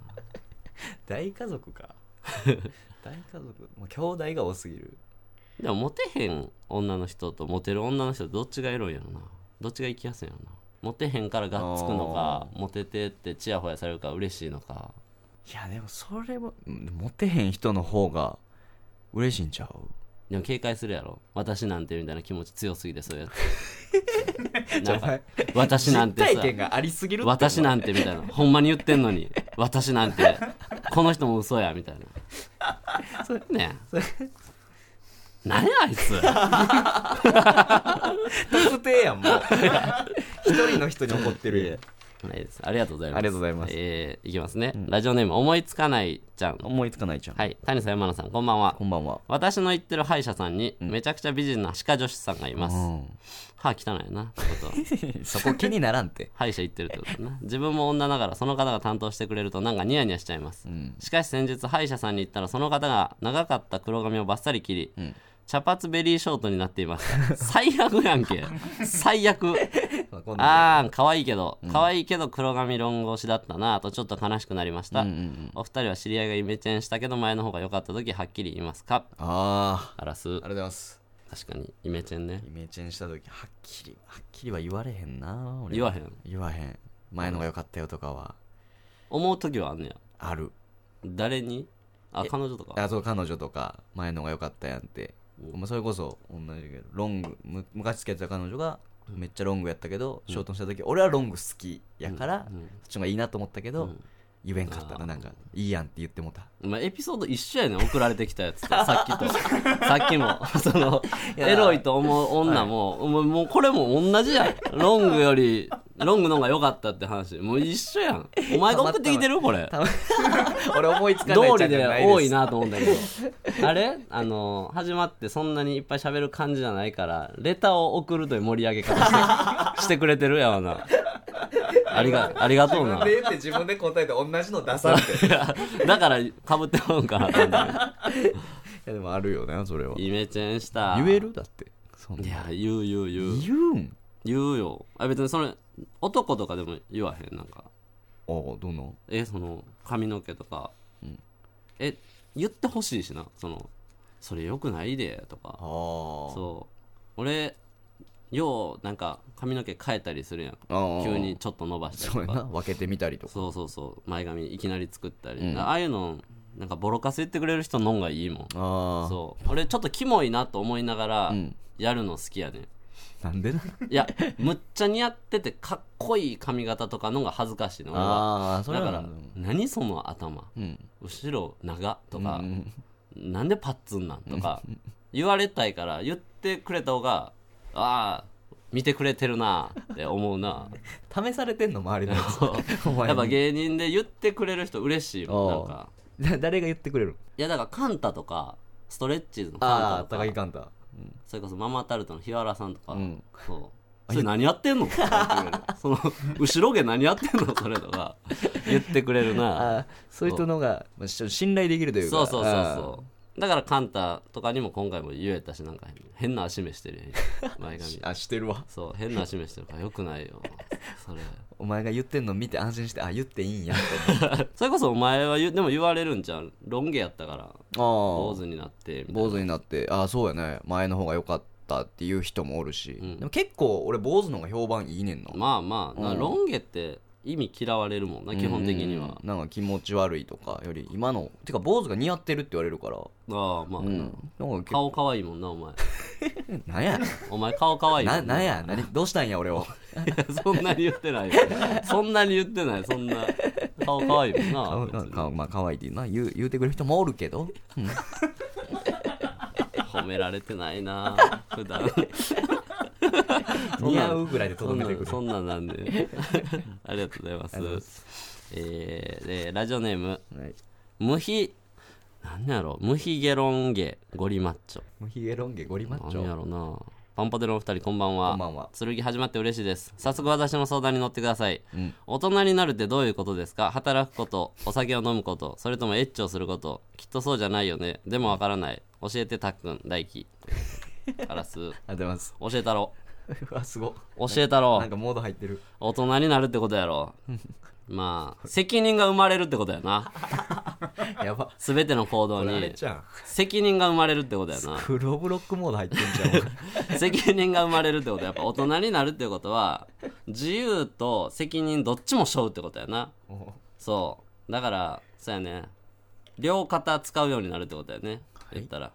Speaker 3: 大家族 か大家族もう兄弟が多すぎる
Speaker 2: でもモテへん女の人とモテる女の人どっちがエロいやろなどっちが行きやすいんやろなモテへんからがっつくのかモテてってチヤホヤされるから嬉しいのか
Speaker 3: いやでもそれもうんモテへん人の方が嬉しいんちゃう
Speaker 2: でも警戒するやろ私なんてみたいな気持ち強すぎてそうい うやつなんか私なんて
Speaker 3: 実
Speaker 2: さ
Speaker 3: 体験がありすぎるって
Speaker 2: 私
Speaker 3: な
Speaker 2: なんてみたいなほんまに言ってんのに私なんてこの人も嘘やみたいなそれね何や あいつ
Speaker 3: 確定やんもう 一人の人に怒ってるやん
Speaker 2: ないですありがとうございます
Speaker 3: ありがとうございます
Speaker 2: えーいきますね、ラジオネーム思いつかないちゃん
Speaker 3: 思いつかないじゃん、
Speaker 2: はい谷さん山名さんこんばんは
Speaker 3: こんばんは
Speaker 2: 私の言ってる歯医者さんにめちゃくちゃ美人な歯科助手さんがいます、
Speaker 3: う
Speaker 2: 歯汚いよなってことは
Speaker 3: ん そこ気にならんて
Speaker 2: 歯医者行ってるってことね自分も女ながらその方が担当してくれるとなんかニヤニヤしちゃいます、しかし先日歯医者さんに行ったらその方が長かった黒髪をバッサリ切り、茶髪ベリーショートになっています最悪やんけ最悪
Speaker 3: まあ今度
Speaker 2: あー可愛いけど可愛いけど黒髪ロング推しだったなぁとちょっと悲しくなりました、お二人は知り合いがイメチェンしたけど前の方が良かった時はっきり言いますか
Speaker 3: あーあ
Speaker 2: あらす
Speaker 3: りがとうございます
Speaker 2: 確かにイメチェンね
Speaker 3: イメチェンした時はっきりはっきりは言われへんな俺
Speaker 2: 言わへん
Speaker 3: 言わへん前のが良かったよとかは
Speaker 2: 思う時はあんねや
Speaker 3: ある
Speaker 2: 誰にあ彼女とか
Speaker 3: あそう彼女とか前のが良かったやんって、まあ、それこそ同じけどロングむ昔付き合ってた彼女がめっちゃロングやったけど、ショートにした時俺はロング好きやから、
Speaker 2: うん
Speaker 3: そっちの方がいいなと思ったけど、
Speaker 2: うん
Speaker 3: 言えんかったななんかいいやんって言ってもうた
Speaker 2: お前エピソード一緒やねん送られてきたや つとさっきとさっき もそのエロいと思う女も、もうもうこれも同じやんロングよりロングの方が良かったって話もう一緒やんお前が送ってきてるこれ
Speaker 3: たま 俺思いつかない
Speaker 2: 道
Speaker 3: ちゃ
Speaker 2: 理
Speaker 3: んじ
Speaker 2: で
Speaker 3: ゃない
Speaker 2: 多いなと思うんだけ どあれあの始まってそんなにいっぱい喋る感じじゃないからレターを送るという盛り上げ 方してしてくれてるやわなありがありがとうな
Speaker 3: 自分で言って自分で答えて同じの出さんって い
Speaker 2: だからかぶってまうんかなと思った
Speaker 3: やでもあるよねそれは
Speaker 2: イメチェンした
Speaker 3: 言えるだってそんない
Speaker 2: や言う言う言う
Speaker 3: 言うん
Speaker 2: 言うよあ別にそれ男とかでも言わへんなんか
Speaker 3: ああどの
Speaker 2: えその髪の毛とか、え言ってほしいしなそのそれよくないでとか
Speaker 3: ああ
Speaker 2: そう俺ようなんか髪の毛変えたりするやん
Speaker 3: ああ
Speaker 2: 急にちょっと伸ばしたり
Speaker 3: そう
Speaker 2: と
Speaker 3: や
Speaker 2: か
Speaker 3: な分けてみたりとか
Speaker 2: そうそうそう前髪いきなり作ったり、ああいうのなんかボロカス言ってくれる人のんがいいもん
Speaker 3: あ
Speaker 2: そう俺ちょっとキモいなと思いながらやるの好きやね、
Speaker 3: あなんでなん
Speaker 2: いやむっちゃ似合っててかっこいい髪型とかのが恥ずかしいの俺は
Speaker 3: ああそれ
Speaker 2: だ
Speaker 3: は
Speaker 2: か
Speaker 3: な
Speaker 2: ら
Speaker 3: んだ
Speaker 2: 何その頭、
Speaker 3: ん
Speaker 2: 後ろ長とか、なんでパッツンなんとか言われたいから言ってくれた方がああ見てくれてるなって思 うな
Speaker 3: 試されてんの周りのやつお前
Speaker 2: やっぱ
Speaker 3: に
Speaker 2: 芸人で言ってくれる人嬉しいもんなんか
Speaker 3: だ誰が言ってくれる
Speaker 2: いやだからカンタとかストレッチーズのカン
Speaker 3: ああ
Speaker 2: タとか
Speaker 3: 高木カンタ
Speaker 2: それこそママタルトの日原さんとか、
Speaker 3: ん
Speaker 2: そうそれ何やって んの?」その後ろ毛何やってんのそれ」とか言ってくれるな
Speaker 3: あそういう人の方がまあちょっと信頼できるというか
Speaker 2: そうそうそう
Speaker 3: あ
Speaker 2: そうだからカンタとかにも今回も言えたしなんか変な足目してるやん前髪
Speaker 3: ーあしてるわ
Speaker 2: そう変な足目してるからよくないよそれ
Speaker 3: お前が言ってんの見て安心してあ言っていいん やって
Speaker 2: それこそお前は言うでも言われるんじゃんロン毛やったから
Speaker 3: ああ
Speaker 2: 坊主になってみたいな
Speaker 3: 坊主になってああそうやね前の方が良かったっていう人もおるし、
Speaker 2: ん
Speaker 3: でも結構俺坊主の方が評判いいねんな、
Speaker 2: まあまあな
Speaker 3: うん
Speaker 2: ロン毛って意味嫌われるもんな基本的には
Speaker 3: うんなんか気持ち悪いとかより今のてか坊主が似合ってるって言われるから、
Speaker 2: ああまあ
Speaker 3: う、
Speaker 2: なん
Speaker 3: なんか
Speaker 2: 顔可愛いもんなお前
Speaker 3: 結構なんや
Speaker 2: お前顔可愛いも
Speaker 3: ななん
Speaker 2: い
Speaker 3: や何どうしたんや俺を
Speaker 2: や そんなに言ってないよそんなに言ってないそんな顔可愛いもんな
Speaker 3: 顔顔顔まあ可愛いっていうな言う言うてくれる人もおるけど
Speaker 2: 褒められてないな普段
Speaker 3: 似合うぐらいでと
Speaker 2: そ
Speaker 3: ど
Speaker 2: ん
Speaker 3: め
Speaker 2: な
Speaker 3: て
Speaker 2: ん
Speaker 3: くる
Speaker 2: そんなんなんでありがとうございますえーでラジオネーム
Speaker 3: はい
Speaker 2: 無比何やろ無比ゲロンゲゴリマッチョ
Speaker 3: もうヒゲロン毛ゴリマッチ
Speaker 2: 何や
Speaker 3: ョ
Speaker 2: ろなパンパテのお二人こんばんは
Speaker 3: こんばんは
Speaker 2: 剣始まって嬉しいです早速私の相談に乗ってください、
Speaker 3: うん
Speaker 2: 大人になるってどういうことですか働くことお酒を飲むことそれともエッチをすることきっとそうじゃないよねでもわからない教えてたっくん大輝カラス
Speaker 3: あ
Speaker 2: 教
Speaker 3: りがとうございます
Speaker 2: えたろ
Speaker 3: うわすごっ
Speaker 2: 教えたろ
Speaker 3: なんかモード入ってる
Speaker 2: 大人になるってことやろまあ責任が生まれるってことやな
Speaker 3: やば
Speaker 2: 全ての行動
Speaker 3: これあれ
Speaker 2: に
Speaker 3: じゃん
Speaker 2: 責任が生まれるってことやな
Speaker 3: 黒ブロックモード入ってんじゃ ん
Speaker 2: 責任が生まれるってことはやっぱ大人になるってことは自由と責任どっちも背負うってことやな
Speaker 3: 俺も
Speaker 2: そうだからそうやね両肩使うようになるってことやね
Speaker 3: い
Speaker 2: 言ったら、
Speaker 3: う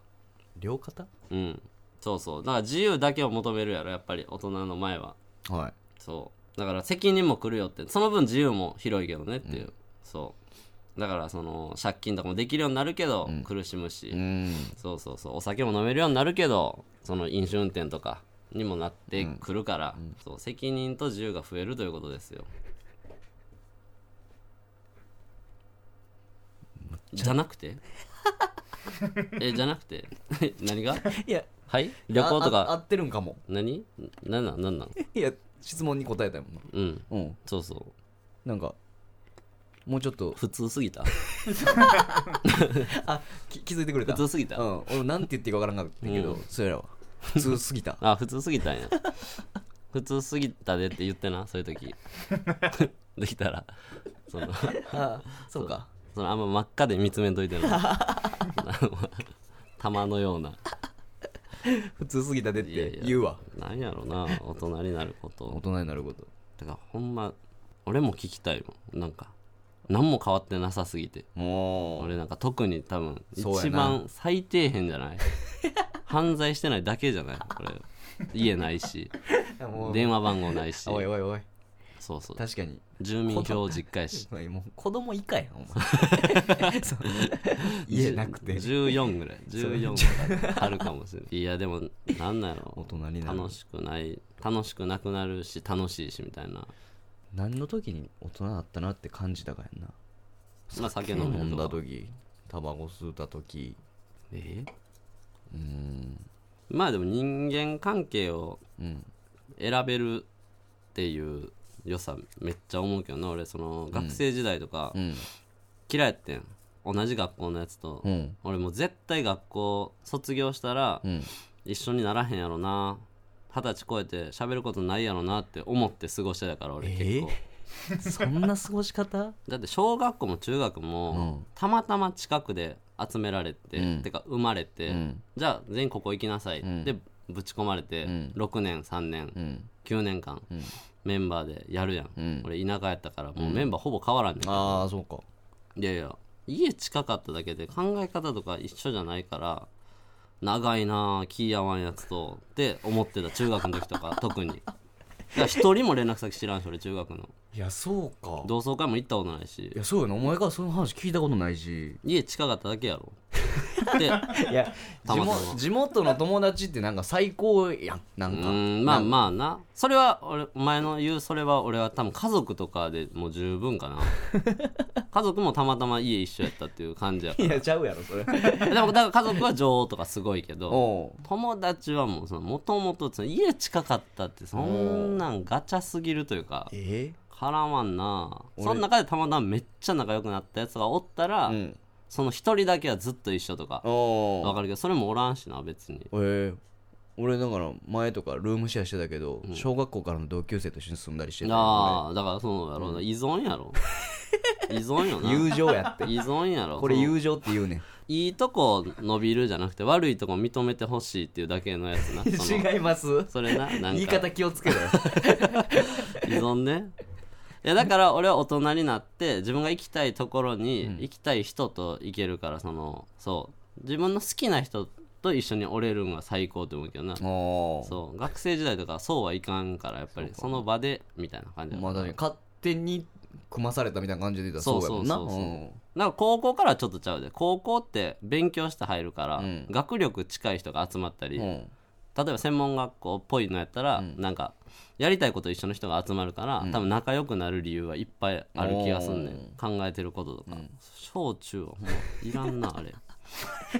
Speaker 3: 両肩
Speaker 2: うんそうそうだから自由だけを求めるやろやっぱり大人の前は
Speaker 3: はい
Speaker 2: そうだから責任も来るよってその分自由も広いけどねっていう、そうだからその借金とかもできるようになるけど、苦しむし、
Speaker 3: うん
Speaker 2: そうそうそうお酒も飲めるようになるけどその飲酒運転とかにもなってくるから、そう責任と自由が増えるということですよじゃなくてえじゃなくて 何が
Speaker 3: いや
Speaker 2: はい旅行と
Speaker 3: ああ合
Speaker 2: か
Speaker 3: ってるんかも
Speaker 2: 何何なん何なん
Speaker 3: いや質問に答えたいもんな
Speaker 2: うん
Speaker 3: うん
Speaker 2: そうそう
Speaker 3: なんかもうちょっと
Speaker 2: 普通すぎた
Speaker 3: あき気づいてくれた
Speaker 2: 普通すぎた
Speaker 3: うん俺なんて言っていいかわからんかったけど、
Speaker 2: うん
Speaker 3: そうやわ普通すぎ た
Speaker 2: あ普通すぎたんや普通すぎたでって言ってなそういう時できたらその
Speaker 3: あそうか
Speaker 2: そのあんま真っ赤で見つめんといてな 玉のような
Speaker 3: 普通すぎたでっ
Speaker 2: いやい
Speaker 3: て
Speaker 2: や
Speaker 3: 言うわ
Speaker 2: なんやろな大人になること
Speaker 3: 大人になること
Speaker 2: てかほんま俺も聞きたいもんなんか何も変わってなさすぎて
Speaker 3: もう
Speaker 2: 俺なんか特に多分
Speaker 3: そうやな
Speaker 2: 一番最底辺じ ゃない犯罪してないだけじゃないこれ家ないし
Speaker 3: いやもう
Speaker 2: 電話番号ないし
Speaker 3: おいおいおい
Speaker 2: そうそう
Speaker 3: 確かに
Speaker 2: 住民票実家やし
Speaker 3: お前もう子供以下やんお 前そう家なくて
Speaker 2: 14ぐらい14ぐらいあるかもしれないいやでもなんなんやろ
Speaker 3: 大人になる
Speaker 2: 楽しくない楽しくなくなるし楽しいしみたいな
Speaker 3: 何の時に大人だったなって感じたかやんな
Speaker 2: まあ酒飲
Speaker 3: 飲ん
Speaker 2: んだ
Speaker 3: だ
Speaker 2: と
Speaker 3: 時タバコ吸った時
Speaker 2: えうんまあでも人間関係を
Speaker 3: うん
Speaker 2: 選べるっていう良さめっちゃ思うけどな俺その学生時代とか
Speaker 3: うん
Speaker 2: 嫌いやってん同じ学校のやつと
Speaker 3: うん
Speaker 2: 俺もう絶対学校卒業したら
Speaker 3: うん
Speaker 2: 一緒にならへんやろな二十歳超えて喋ることないやろなって思って過ごしてたから俺結構、
Speaker 3: そんな過ごし方
Speaker 2: だって小学校も中学も、
Speaker 3: うん
Speaker 2: たまたま近くで集められて、
Speaker 3: うん
Speaker 2: てか生まれて、
Speaker 3: うん
Speaker 2: じゃあ全員ここ行きなさい、
Speaker 3: ん
Speaker 2: でぶち込まれて、
Speaker 3: ん
Speaker 2: 6年3年、
Speaker 3: うん
Speaker 2: 9年間、
Speaker 3: ん
Speaker 2: メンバーでやるやん、
Speaker 3: うん
Speaker 2: 俺田舎やったからもうメンバーほぼ変わらんねん、
Speaker 3: ああそうか
Speaker 2: いやいや家近かっただけで考え方とか一緒じゃないから長いなあ気合わんやつとって思ってた中学の時とか特にだから一人も連絡先知らんし俺中学の
Speaker 3: いやそうか
Speaker 2: 同窓会も行ったことないし
Speaker 3: いやそうやなお前からその話聞いたことないし
Speaker 2: 家近かっただけやろで
Speaker 3: いや
Speaker 2: た
Speaker 3: 地
Speaker 2: またま
Speaker 3: 元地元の友達ってなんか最高やんな
Speaker 2: うん
Speaker 3: か
Speaker 2: んまあまあなそれは俺お前の言うそれは俺は多分家族とかでもう十分 かな家族もたまたま家一緒やったっていう感じやか
Speaker 3: い
Speaker 2: ら
Speaker 3: やちゃうやろそれ
Speaker 2: でもだから家族は女王とかすごいけ ど
Speaker 3: お
Speaker 2: 友達はもうそのもともとその家近かったってそんなんガチャすぎるというか
Speaker 3: え
Speaker 2: 絡まんな
Speaker 3: 俺
Speaker 2: その中でたまたまめっちゃ仲良くなったやつがおったら、
Speaker 3: うん
Speaker 2: その一人だけはずっと一緒とか
Speaker 3: お
Speaker 2: わかるけどそれもおらんしな別に
Speaker 3: えー俺だから前とかルームシェアしてたけど、小学校からの同級生と一緒に住んだりしてたよ
Speaker 2: ああだからそうやろうな、依存 やろ依存よ
Speaker 3: これ
Speaker 2: な
Speaker 3: 友情やって
Speaker 2: 依存やろ
Speaker 3: これ
Speaker 2: その
Speaker 3: 友情って言うね ん
Speaker 2: いいとこ伸びるじゃなくて悪いとこ認めてほしいっていうだけのや つなその
Speaker 3: 違います
Speaker 2: それななんか
Speaker 3: 言い方気をつけろ よ
Speaker 2: 依存ねいやだから俺は大人になって自分が行きたいところに行きたい人と行けるからそのそう自分の好きな人と一緒におれるのが最高って思うけどな
Speaker 3: おー
Speaker 2: そう学生時代とかそうはいかんからやっぱりその場でみたいな感じだ
Speaker 3: まあ確かに勝手に組まされたみたいな感じで言ったらそうやもんな
Speaker 2: そうそうそうそうなんか高校からはちょっとちゃうで高校って勉強して入るから、
Speaker 3: うん
Speaker 2: 学力近い人が集まったり、
Speaker 3: うんう
Speaker 2: 例
Speaker 3: ん
Speaker 2: えば専門学校っぽいのやったら、なんかやりたいこと一緒の人が集まるから、多分仲良くなる理由はいっぱいある気がすんねん考えてることとか、小中はもういらんなあれ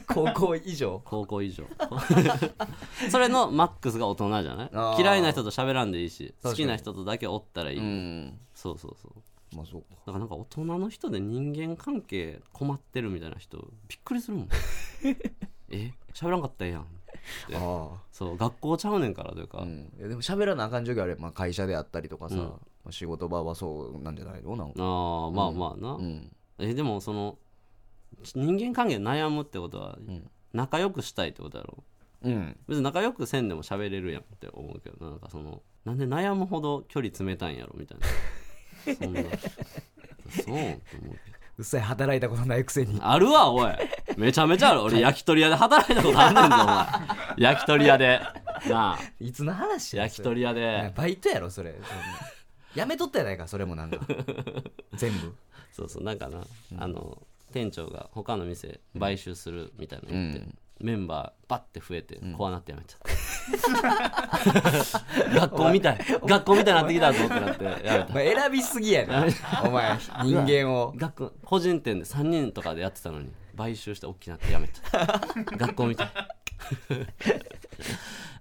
Speaker 3: 高校以上
Speaker 2: 高校以上 それのマックスが大人じゃない
Speaker 3: あー
Speaker 2: 嫌いな人と喋らんでいいし
Speaker 3: かに
Speaker 2: 好きな人とだけおったらいい、
Speaker 3: うん
Speaker 2: そうそうそう
Speaker 3: まあそうか
Speaker 2: だからなんか大人の人で人間関係困ってるみたいな人びっくりす るもんえ喋らんかったらええやん
Speaker 3: ああ
Speaker 2: そう学校ちゃうねんからというか、
Speaker 3: うん、いやでも喋らなあかん状況あれ、まあ、会社であったりとかさ、
Speaker 2: うん
Speaker 3: まあ仕事場はそうなんじゃないのなんか、
Speaker 2: ああまあまあな、
Speaker 3: うん、
Speaker 2: えでもそのち人間関係悩むってことは仲良くしたいってことやろ
Speaker 3: うん、
Speaker 2: 別に仲良くせんでも喋れるやんって思うけどななんかそのなんで悩むほど距離詰めたいんやろみたいなそ んなそうと思うけど
Speaker 3: うっさい働いたことないくせに
Speaker 2: あるわ、おい。めちゃめちゃある。俺、焼き鳥屋で働いたことあんねんぞ、お前。焼き鳥屋で。なあ、
Speaker 3: いつの話や
Speaker 2: 焼き鳥屋で。
Speaker 3: バイトやろそれそんなやめとったやないかそれも なんか全部
Speaker 2: そうそう、なんかな、あの、店長が他の店買収するみたいなの言って、メンバーバッて増えて、怖なってやめちゃった。 学校みたい。学校みたいになってきたぞってなって、やめた
Speaker 3: お。前選びすぎや なお前人間を
Speaker 2: 学校個人店で3人とかでやってたのに買収して大きなってやめた 学校みたい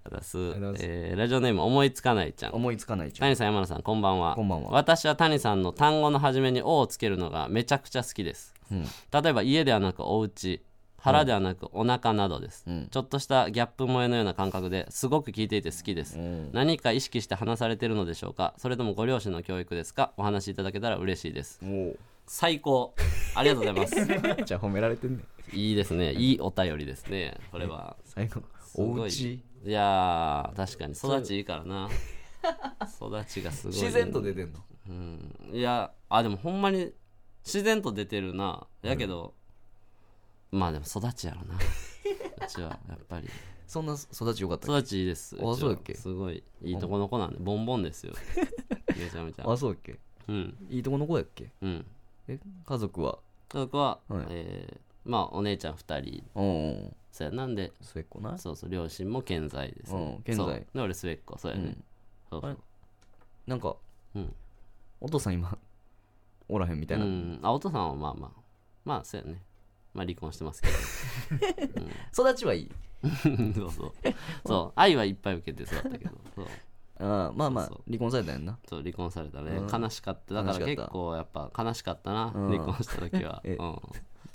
Speaker 2: あざす
Speaker 3: りがとうございます
Speaker 2: えーラジオネーム思いつかないちゃん
Speaker 3: 思いつかないちゃん
Speaker 2: 谷さん山田さんこんばんは
Speaker 3: こんばんは
Speaker 2: 私は谷さんの単語の始めに「お」をつけるのがめちゃくちゃ好きです、例えば家ではなくお家腹ではなくお腹などです、ちょっとしたギャップ萌えのような感覚ですごく聞いていて好きです、何か意識して話されてるのでしょうかそれともご両親の教育ですかお話しいただけたら嬉しいです
Speaker 3: おう
Speaker 2: 最高ありがとうございます
Speaker 3: じゃあ褒められてんねん
Speaker 2: いいですねいいお便りですねこれは
Speaker 3: 最後
Speaker 2: すご
Speaker 3: お
Speaker 2: いう
Speaker 3: ち
Speaker 2: いやー確かに育ちいいからな育ちがすごい
Speaker 3: 自然と出てんの
Speaker 2: うんいやあでもほんまに自然と出てるなやけど、まあでも育ちやろなうちはやっぱり
Speaker 3: そんな育ちよかったっ
Speaker 2: 育ちいいです
Speaker 3: あ
Speaker 2: ちは
Speaker 3: そうだっけ
Speaker 2: すごいいいとこの子なんでボンボンですよめちゃめち
Speaker 3: け
Speaker 2: ゃ
Speaker 3: あそうだっけ
Speaker 2: うん
Speaker 3: いいとこの子やっけ
Speaker 2: うん
Speaker 3: え家族は
Speaker 2: 家族は、
Speaker 3: はい
Speaker 2: えーまあお姉ちゃん2人
Speaker 3: うんうん
Speaker 2: そうやなんで
Speaker 3: 末っ子な
Speaker 2: そうそう両親も健在です、ね
Speaker 3: うん健在
Speaker 2: そうで俺末っ子そうやね、
Speaker 3: うん
Speaker 2: そうそう
Speaker 3: なんか、
Speaker 2: うん
Speaker 3: お父さん今おらへんみたいな、
Speaker 2: うんあお父さんはまあまあまあそうやねまあ離婚してますけ
Speaker 3: 育ちはいい
Speaker 2: どそうそうそう愛はいっぱい受けて育ったけどそう
Speaker 3: あーまあまあ
Speaker 2: そうそう
Speaker 3: 離婚されたんやんな
Speaker 2: そう離婚されたね、
Speaker 3: うん
Speaker 2: 悲しかっただから
Speaker 3: 悲しかった
Speaker 2: 結構やっぱ悲しかったな、
Speaker 3: うん
Speaker 2: 離婚した時は
Speaker 3: え
Speaker 2: うん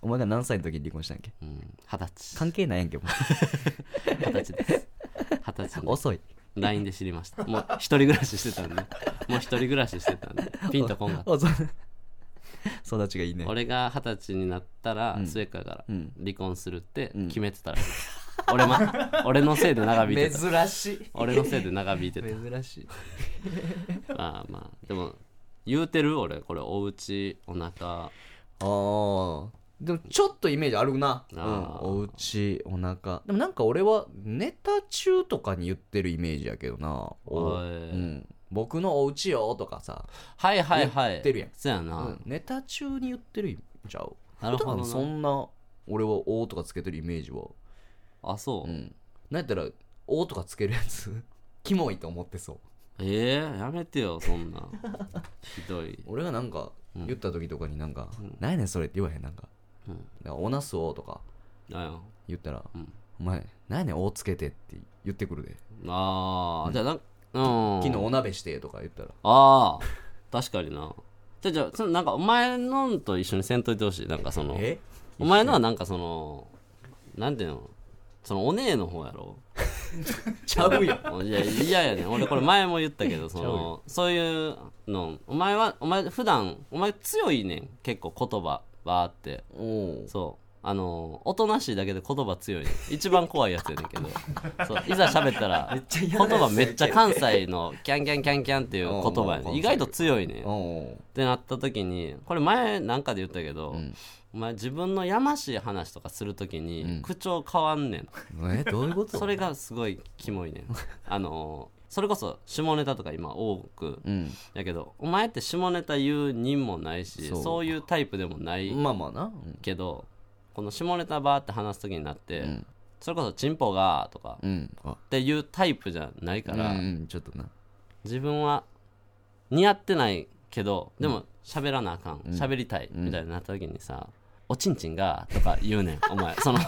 Speaker 3: お前が何歳の時に離婚したんやっけ
Speaker 2: うん二十歳
Speaker 3: 関係ないやんけ もう
Speaker 2: 二十歳です二十歳の
Speaker 3: 遅い
Speaker 2: LINE で知りましたもう一人暮らししてたんでもう一人暮らししてた んでピンとこんが
Speaker 3: あそう育ちがいいね
Speaker 2: 俺が二十歳になったら末っ子やから
Speaker 3: うん
Speaker 2: 離婚するって決めてたらしい、俺 ま俺のせいで長引いてた
Speaker 3: しい
Speaker 2: 俺のせいで長引いてた
Speaker 3: 珍しい
Speaker 2: まあまあでも言うてる俺これおうちお腹
Speaker 3: あーでもちょっとイメージあるな、うん、
Speaker 2: あー
Speaker 3: おうちお腹でもなんか俺はネタ中とかに言ってるイメージやけどなお、
Speaker 2: お
Speaker 3: う
Speaker 2: い
Speaker 3: ん、僕のおうちよとかさ、
Speaker 2: はいはいはい
Speaker 3: 言ってるやん
Speaker 2: そうやな、
Speaker 3: うんネタ中に言ってるんちゃう
Speaker 2: なるほどな
Speaker 3: 普段そんな俺は「お」とかつけてるイメージは
Speaker 2: あそうう、
Speaker 3: んなんやったら「お」とかつけるやつ キモいと思ってそう
Speaker 2: えー、やめてよそんなひどい
Speaker 3: 俺がなんか言った時とかになんか「何やねんそれ」って言わへんなんか「
Speaker 2: うん
Speaker 3: なんかおなすお」とか
Speaker 2: あやん
Speaker 3: 言ったら
Speaker 2: うん
Speaker 3: 「お前何やねんお」つけてって言ってくるで
Speaker 2: あー、じゃあなんうん
Speaker 3: 昨日お鍋してとか言ったら
Speaker 2: ああ確かになじゃあじゃあそのなんかお前のんと一緒にせんといてほしいなんかその
Speaker 3: え
Speaker 2: お前のはなんかそのなんていうのそのお姉の方やろ
Speaker 3: ちゃうよ
Speaker 2: いやいややねん俺これ前も言った けどそのそういうのお前はお前普段お前強いねん結構言葉バーって
Speaker 3: おう
Speaker 2: そうあのおとなしいだけで言葉強いねん一番怖いやつやねんけ どそういざ喋ったら言葉めっちゃ関西のキャンキャンキャンキャンっていう言 葉やねん意外と強いねんっ
Speaker 3: おう
Speaker 2: てなった時にこれ前なんかで言ったけど、お前自分のやましい話とかする時に口調変わんねん
Speaker 3: えどういうこと
Speaker 2: それがすごいキモいねん あのーそれこそ下ネタとか今多く
Speaker 3: うん
Speaker 2: やけどお前って下ネタ言う人もないし
Speaker 3: そ
Speaker 2: そうういうタイプでもない
Speaker 3: まあまあなうん
Speaker 2: けどこの下ネタバーって話す時になって、
Speaker 3: ん
Speaker 2: それこそチンポがーとかっ
Speaker 3: うんあ
Speaker 2: ていうタイプじゃないから、
Speaker 3: うんうんちょっとな
Speaker 2: 自分は似合ってないけどでも喋らなあかん喋、りたいみたいになった時にさ、おちんちんがとか言うねんお前そ の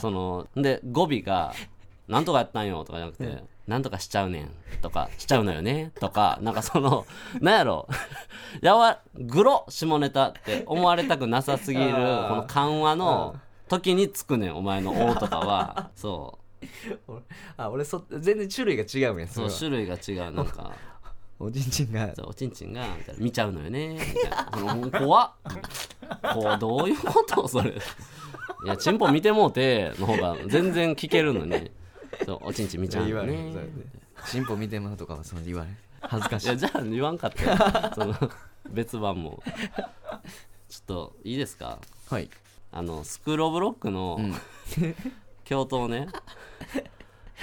Speaker 2: そので語尾が「なんとかやったんよ」とかじゃなくて「なんとかしちゃうねん」とか「しちゃうのよね」とかなんかそのなんやろやわグロ下ネタって思われたくなさすぎるこの緩和の時につくねんお前の「お」とかはそう
Speaker 3: あ俺そ全然種類が違うんや
Speaker 2: そう
Speaker 3: れは
Speaker 2: 種類が違うなんか。
Speaker 3: おじんちんが
Speaker 2: そうおちんちんがみたいな見ちゃうのよねみたいなそのもう怖っこうどういうことそれいやチンポ見てもうての方が全然聞けるのにそうおちんちん見ちゃう
Speaker 3: 言
Speaker 2: の
Speaker 3: われ
Speaker 2: ね
Speaker 3: へんそうやって進歩見てもらうとかはその言われへん恥ずかし
Speaker 2: い
Speaker 3: い
Speaker 2: やじゃあ言わんかったよその別版もちょっといいですか
Speaker 3: はい
Speaker 2: あのスクロールオブロックの、教頭ね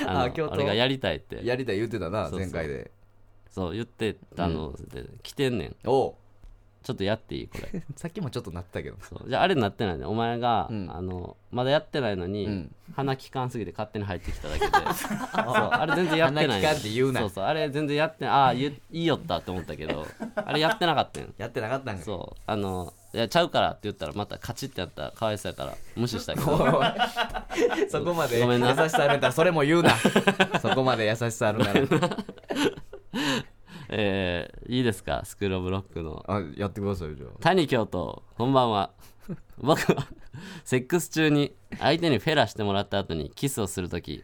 Speaker 2: あの
Speaker 3: あ教頭
Speaker 2: 俺がやりたいって
Speaker 3: やりたい言ってたな
Speaker 2: そうそう
Speaker 3: 前回で
Speaker 2: そう言ってたので、来てんねん
Speaker 3: おう
Speaker 2: ちょっとやっていいこれ
Speaker 3: さっきもちょっとなったけど
Speaker 2: そうじゃああれになってないねお前が、あのまだやってないのに、
Speaker 3: ん
Speaker 2: 鼻きかんすぎて勝手に入ってきただ けでそうあれ全然やってない
Speaker 3: 鼻きかんって言うな
Speaker 2: そうそうあれ全然やってああ言いいよったって思ったけど あれやってなかったん
Speaker 3: やってなかったんか
Speaker 2: そうあのいやちゃうからって言ったらまたカチってやったらかわいそうやから無視したけど
Speaker 3: おい そこまで
Speaker 2: ごめ
Speaker 3: 優
Speaker 2: んな
Speaker 3: しさあるんだそれも 言うなそこまで優しさあるなら
Speaker 2: えーいいですかスクロールオブロックの
Speaker 3: あやってくださいじゃ
Speaker 2: 谷京都こんばんは 僕はセックス中に相手にフェラしてもらった後にキスをする時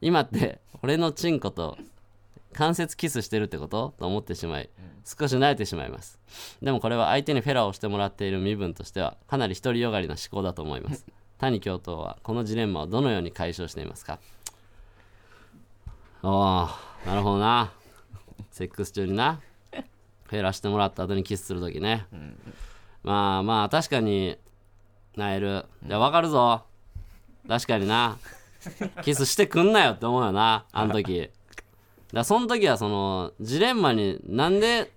Speaker 2: 今って俺のチンコと関節キスしてるってことと思ってしまい少し慣れてしまいますでもこれは相手にフェラをしてもらっている身分としてはかなり独りよがりな思考だと思います谷教頭はこのジレンマをどのように解消していますかおーなるほどなセックス中になフェラしてもらった後にキスするときね、まあまあ確かになえるいやわかるぞ確かになキスしてくんなよって思うよなあの時だからその時はそのジレンマになんで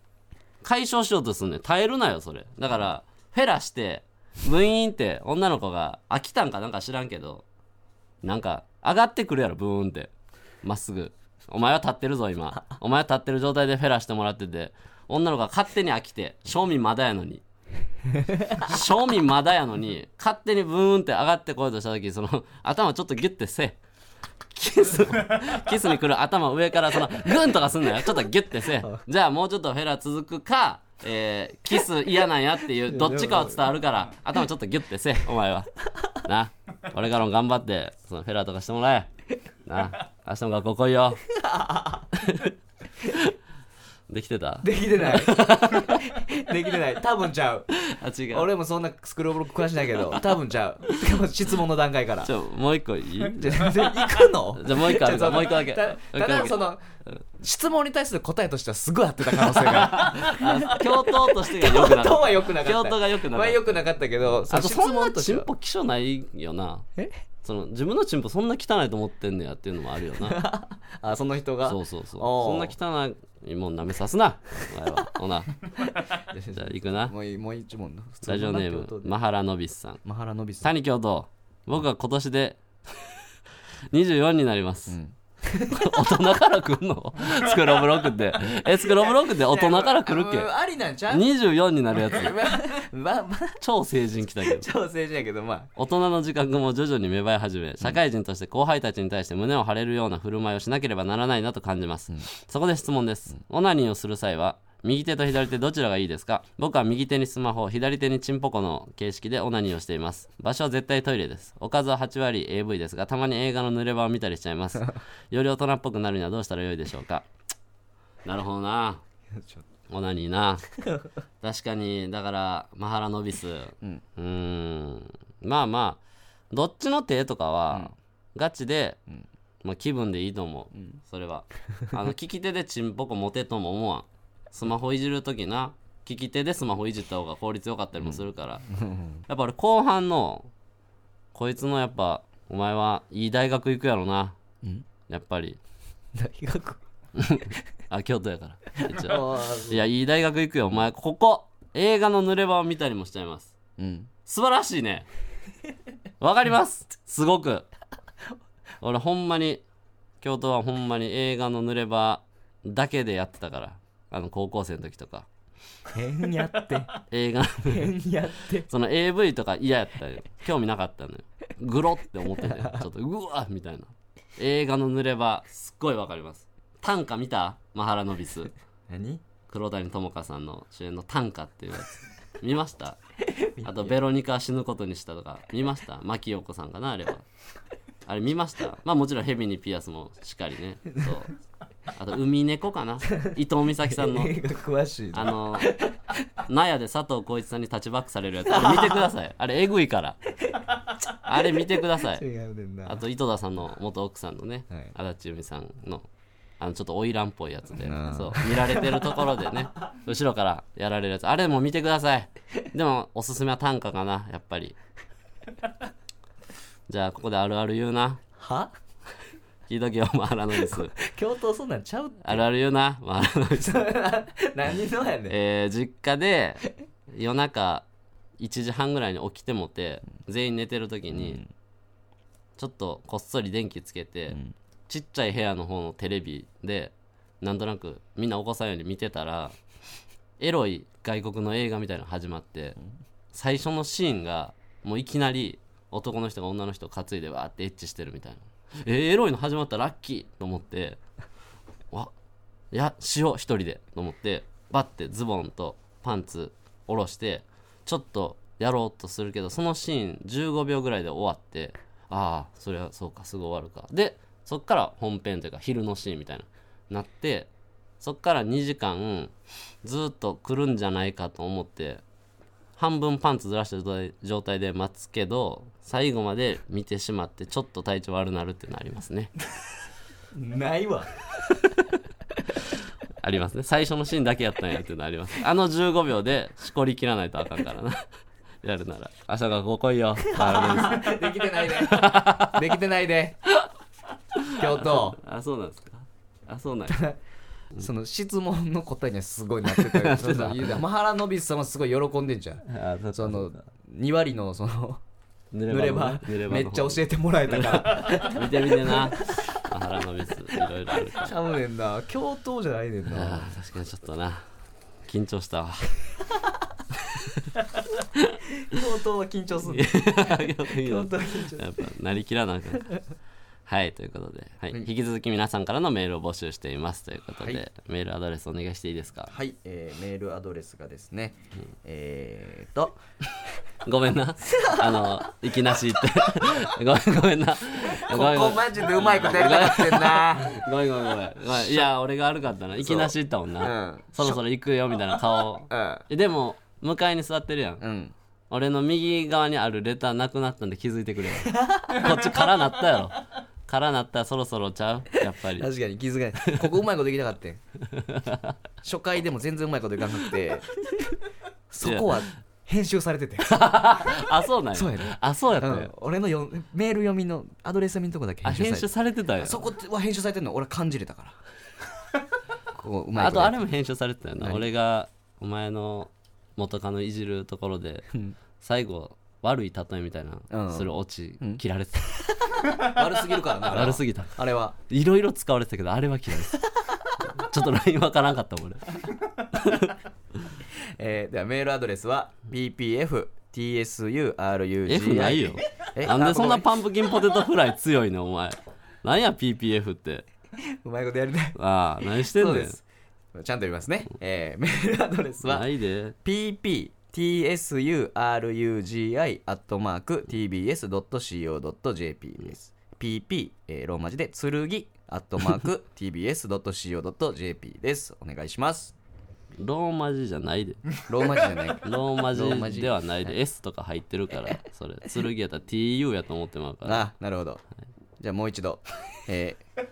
Speaker 2: 解消しようとすんねん耐えるなよそれだからフェラしてブイーンって女の子が飽きたんかなんか知らんけどなんか上がってくるやろブーンってまっすぐお前は立ってるぞ今お前は立ってる状態でフェラしてもらってて女の子が勝手に飽きて正味まだやのに正味まだやのに勝手にブーンって上がってこようとした時その頭ちょっとギュッてせえキスキスに来る頭上からそのグンとかすんなよちょっとギュッてせえじゃあもうちょっとフェラ続くかえーキス嫌なんやっていうどっちかは伝わるから頭ちょっとギュッてせえお前はな俺からも頑張ってそのフェラとかしてもらえな明日も学校来い よできてた
Speaker 3: できてない できてない多分ちゃう
Speaker 2: あ違う
Speaker 3: 俺もそんなスクロールブロック詳しないけど多分ちゃうしかも質問の段階から
Speaker 2: ちょもう一個いい
Speaker 3: じゃあで行くの
Speaker 2: じゃあもう一個ある
Speaker 3: じゃ
Speaker 2: か
Speaker 3: あその
Speaker 2: もう一個だけ
Speaker 3: たた
Speaker 2: もう
Speaker 3: だ
Speaker 2: 一個
Speaker 3: そ
Speaker 2: だ
Speaker 3: の質問に対する答えとしてはすごい合ってた可能性が
Speaker 2: あ教頭としてが良くな
Speaker 3: と
Speaker 2: った
Speaker 3: は良くなかった
Speaker 2: 教頭が良くなかった
Speaker 3: は良くなかったけど
Speaker 2: あとそんなチン
Speaker 3: は
Speaker 2: ポ気性ないよな
Speaker 3: え
Speaker 2: その自分のチン ポそんな汚いと思ってんねやっていうのもあるよな
Speaker 3: あその人が
Speaker 2: そうそうそう
Speaker 3: お
Speaker 2: そんな汚もう舐めさすなお前は ほなじゃあ行くな
Speaker 3: もういもう一問な普通の
Speaker 2: ラジオネー
Speaker 3: なんてこと
Speaker 2: ム
Speaker 3: で
Speaker 2: マハラノビスさん
Speaker 3: マハラノビス
Speaker 2: 谷教頭僕は今年で 24になります、
Speaker 3: ん
Speaker 2: 大人から来んのスクロブロックってえスクロブロックって大人から来るっけ
Speaker 3: うんありなんちゃう
Speaker 2: 24になるやつ
Speaker 3: まあまあ
Speaker 2: 超成人来たけど
Speaker 3: 調整じゃけどま
Speaker 2: 大人の自覚も徐々に芽生え始め社会人として後輩たちに対して胸を張れるような振る舞いをしなければならないなと感じます、そこで質問です、オナニーをする際は右手と左手どちらがいいですか僕は右手にスマホ左手にチンポコの形式でオナニーをしています場所は絶対トイレですおかずは8割 AV ですがたまに映画の濡れ場を見たりしちゃいますより大人っぽくなるにはどうしたらよいでしょうかなるほどな
Speaker 3: あちょっ
Speaker 2: オナニーな確かにだからマハラノビスうんーんまあまあどっちの手とかは、ガチで、まあ、気分でいいと思う、それはあの利き手でチンポコ持てとも思わんスマホいじる時な利き手でスマホいじった方が効率よかったりもするから、やっぱ俺後半のこいつのやっぱお前はいい大学行くやろな、やっぱり
Speaker 3: と大学
Speaker 2: あ京都やから 一応
Speaker 3: あ
Speaker 2: いや、いい大学行くよ。お前、ここ、映画の濡れ場を見たりもしちゃいます。
Speaker 3: うん
Speaker 2: 素晴らしいね。わかります。すごく。俺、ほんまに、京都はほんまに映画の濡れ場だけでやってたから。あの、高校生の時とか。
Speaker 3: 変やって
Speaker 2: 映画、
Speaker 3: 変やって
Speaker 2: その AV とか嫌やったよ。興味なかったのよ。グロって思ってて、ちょっと、うわみたいな。映画の濡れ場、すっごいわかります。短歌見たマハラノビス。
Speaker 3: 何
Speaker 2: 黒谷友香さんの主演の「短歌」っていうやつ見ましたあと「ベロニカ死ぬことにした」とか見ました牧陽子さんかなあれはあれ見ましたまあもちろん「ヘビにピアス」もしっかりねそうあと「海猫」かな伊藤美咲さ んの
Speaker 3: 映画詳しい
Speaker 2: あ
Speaker 3: な
Speaker 2: の納屋で佐藤浩市さんにタッチバックされるやつあれ見てくださいあれえぐいからあれ見てください
Speaker 3: 違うねんな
Speaker 2: あと井戸田さんの元奥さんのね、
Speaker 3: はい
Speaker 2: 足立由美さんのあのちょっと花魁っぽいやつで
Speaker 3: なあ
Speaker 2: そう見られてるところ でね後ろからやられるやつあれも見てくださいでもおすすめは短歌かなやっ ぱりじゃあここであるある言うな
Speaker 3: は
Speaker 2: 聞いとけよマハラノイス
Speaker 3: 教頭そんなんちゃう
Speaker 2: あるある言うなマハラノイス
Speaker 3: 何のやねん
Speaker 2: えー実家で夜中1時半ぐらいに起きてもて全員寝てる時に、ちょっとこっそり電気つけて、ちっちゃい部屋の方のテレビでなんとなくみんなお子さんより見てたらエロい外国の映画みたいなの始まって、最初のシーンがもういきなり男の人が女の人を担いでわーってエッチしてるみたいなえーエロいの始まったラッキーと思ってわいやしよう一人でと思ってバッてズボンとパンツ下ろしてちょっとやろうとするけどそのシーン15秒ぐらいで終わってああそれはそうかすぐ終わるかでそっから本編というか昼のシーンみたいななってそっから2時間ずっと来るんじゃないかと思って半分パンツずらした状態状態で待つけど最後まで見てしまってちょっと体調悪なるっていうのありますね
Speaker 3: ないわ
Speaker 2: ありますね最初のシーンだけやったんやっていうのありますあの15秒でしこり切らないとあかんからな やるなら明日がここ来い よあられで
Speaker 3: でき
Speaker 2: す
Speaker 3: てないでできてないで教頭
Speaker 2: あそうなんですかあそうなんや
Speaker 3: その質問の答えにはすごいなってたよそのマハラノビスさんはすごい喜んでんじゃん
Speaker 2: あそ
Speaker 3: その2割のその
Speaker 2: 濡
Speaker 3: 濡れ場めっちゃ教えてもらえたから
Speaker 2: え見てみてなあ腹のミスいろいろあるから
Speaker 3: ちゃうねん な教頭じゃないねんな
Speaker 2: あー確かにちょっとな緊張したわ
Speaker 3: 教頭は緊張する
Speaker 2: や
Speaker 3: 教頭は緊張する
Speaker 2: っぱなりきらなくはいということで、はい
Speaker 3: はい
Speaker 2: 引き続き皆さんからのメールを募集していますということで、
Speaker 3: はい
Speaker 2: メールアドレスお願いしていいですか
Speaker 3: はい、えー、メールアドレスがですね、えーと
Speaker 2: ごめんなあのいきなしって ごめんごめんなごめんごめん
Speaker 3: ジでうまいことやりたかってんな
Speaker 2: ごめんごめんごめんごめんいや俺が悪かったないきなし行ったもん
Speaker 3: う
Speaker 2: な、
Speaker 3: ん
Speaker 2: そろそろ行くよみたいな顔えでも向かいに座ってるやん、
Speaker 3: うんうん
Speaker 2: 俺の右側にあるレターなくなったんで気づい てくれよこっち空なったやろ空なったらそろそろちゃうやっぱり
Speaker 3: 確かに気づかないここうまいことできなかったん初回でも全然うまいこといかなく てそこは編集されてて、
Speaker 2: あそうなんや
Speaker 3: そうやね
Speaker 2: あそうやっ
Speaker 3: う
Speaker 2: たよ、
Speaker 3: ん俺のよメール読みのアドレス読みのとこだけ
Speaker 2: あ
Speaker 3: 編集さ
Speaker 2: 編
Speaker 3: れて
Speaker 2: 集されてたよ
Speaker 3: そこは編集されてんの俺感じれたからここうまい
Speaker 2: あ
Speaker 3: ことや
Speaker 2: とあ
Speaker 3: っ
Speaker 2: れも編集されてたよな俺がお前の元カノいじるところで最後悪い例えみたいなするオチ切られてた、
Speaker 3: 悪すぎるからなあれは
Speaker 2: 悪すぎた
Speaker 3: あれはい
Speaker 2: ろいろ使われてたけどあれは嫌いです ちょっと LINE わからんかったもん俺
Speaker 3: えーではメールアドレスは
Speaker 2: F ないよ
Speaker 3: ppftsurug
Speaker 2: なんでそんなパンプキンポテトフライ強いねんお前なんや PPF って
Speaker 3: うまいことやりたい
Speaker 2: ああ何してん
Speaker 3: そう
Speaker 2: ね
Speaker 3: で
Speaker 2: ん
Speaker 3: すちゃんと読みますね、えーメールアドレスは
Speaker 2: ないで
Speaker 3: pptsurugi.tbs.co.jp です。pp、えーローマ字で、剣 .tbs.co.jp です。お願いします。
Speaker 2: ローマ字じゃない で
Speaker 3: ローマ字じゃない。ロ
Speaker 2: ロ
Speaker 3: ー
Speaker 2: ー
Speaker 3: マ
Speaker 2: マ
Speaker 3: 字
Speaker 2: 字ではないで S とか入ってるからそ れ剣やったら TU やと思ってまうから
Speaker 3: あ、なるほど。じゃあもう一度。えー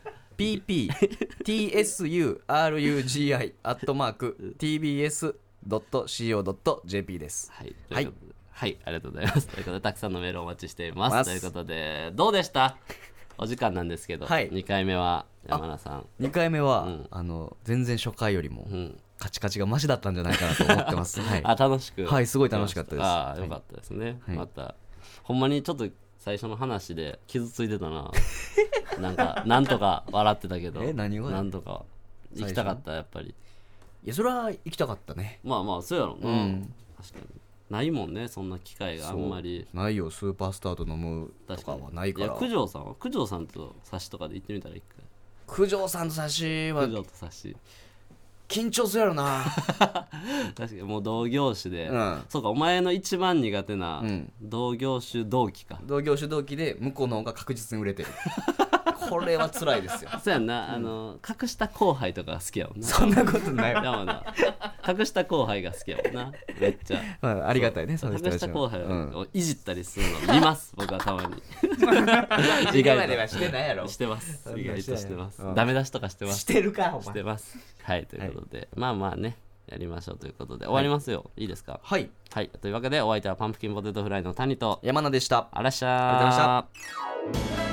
Speaker 3: pptsurugi.tbs.co.jp です。
Speaker 2: はい
Speaker 3: は
Speaker 2: はいいはいありがとうございますと いうことでたくさんのメールをお待ちしています
Speaker 3: ます
Speaker 2: ということでどうでしたお時間なんですけど、
Speaker 3: はい
Speaker 2: 2回目は山田さん
Speaker 3: 2回目は、あの全然初回よりも
Speaker 2: ん
Speaker 3: カチカチがマシだったんじゃないかなと思って ます。はい、
Speaker 2: あ楽しく
Speaker 3: はいすごい楽しかったです
Speaker 2: ああよかったですね、
Speaker 3: い
Speaker 2: またほんまにちょっと最初の話で傷ついてたな なんかなんとか笑ってたけど
Speaker 3: え何が
Speaker 2: なんとか行きたかったやっぱり
Speaker 3: いやそれは行きたかったね。
Speaker 2: まあまあそうやろうな、確かにないもんねそんな機会があんまり
Speaker 3: ないよスーパースターと飲むと
Speaker 2: 確
Speaker 3: か
Speaker 2: かに
Speaker 3: はないから
Speaker 2: や九条さんは九条さんと差しとかで行ってみたら一
Speaker 3: 九条さんと差しは
Speaker 2: 回九条と差し
Speaker 3: 緊張するやろ な
Speaker 2: 確かにもう同業種で、
Speaker 3: うん
Speaker 2: そうかお前の一番苦手な、
Speaker 3: ん
Speaker 2: 同業種同期か
Speaker 3: 同業種同期で向こうの方が確実に売れてるこれは辛いですよ
Speaker 2: そうやんな、あの格下後輩とかが好きやもんな
Speaker 3: そんなこと ないわ、
Speaker 2: 山田格下後輩が好きやもんなめっちゃ
Speaker 3: まあ、ありがたいねその人たち
Speaker 2: 格下
Speaker 3: は
Speaker 2: 後輩
Speaker 3: うん
Speaker 2: をいじったりするの 見ます僕はたまに
Speaker 3: 意外まではしてないやろ
Speaker 2: してます
Speaker 3: んな
Speaker 2: 意外と
Speaker 3: し
Speaker 2: してて
Speaker 3: ない
Speaker 2: ます、ダメ出しとかしてます
Speaker 3: してるかお
Speaker 2: し
Speaker 3: 前
Speaker 2: てますはいということで、まあまあねやりましょうということで終わりますよ、い、いですか
Speaker 3: はい
Speaker 2: はいというわけでお相手はパンプキンポテトフライの谷と
Speaker 3: 山名でした
Speaker 2: あらっしゃー
Speaker 3: ありがとうございまし
Speaker 1: 「
Speaker 3: た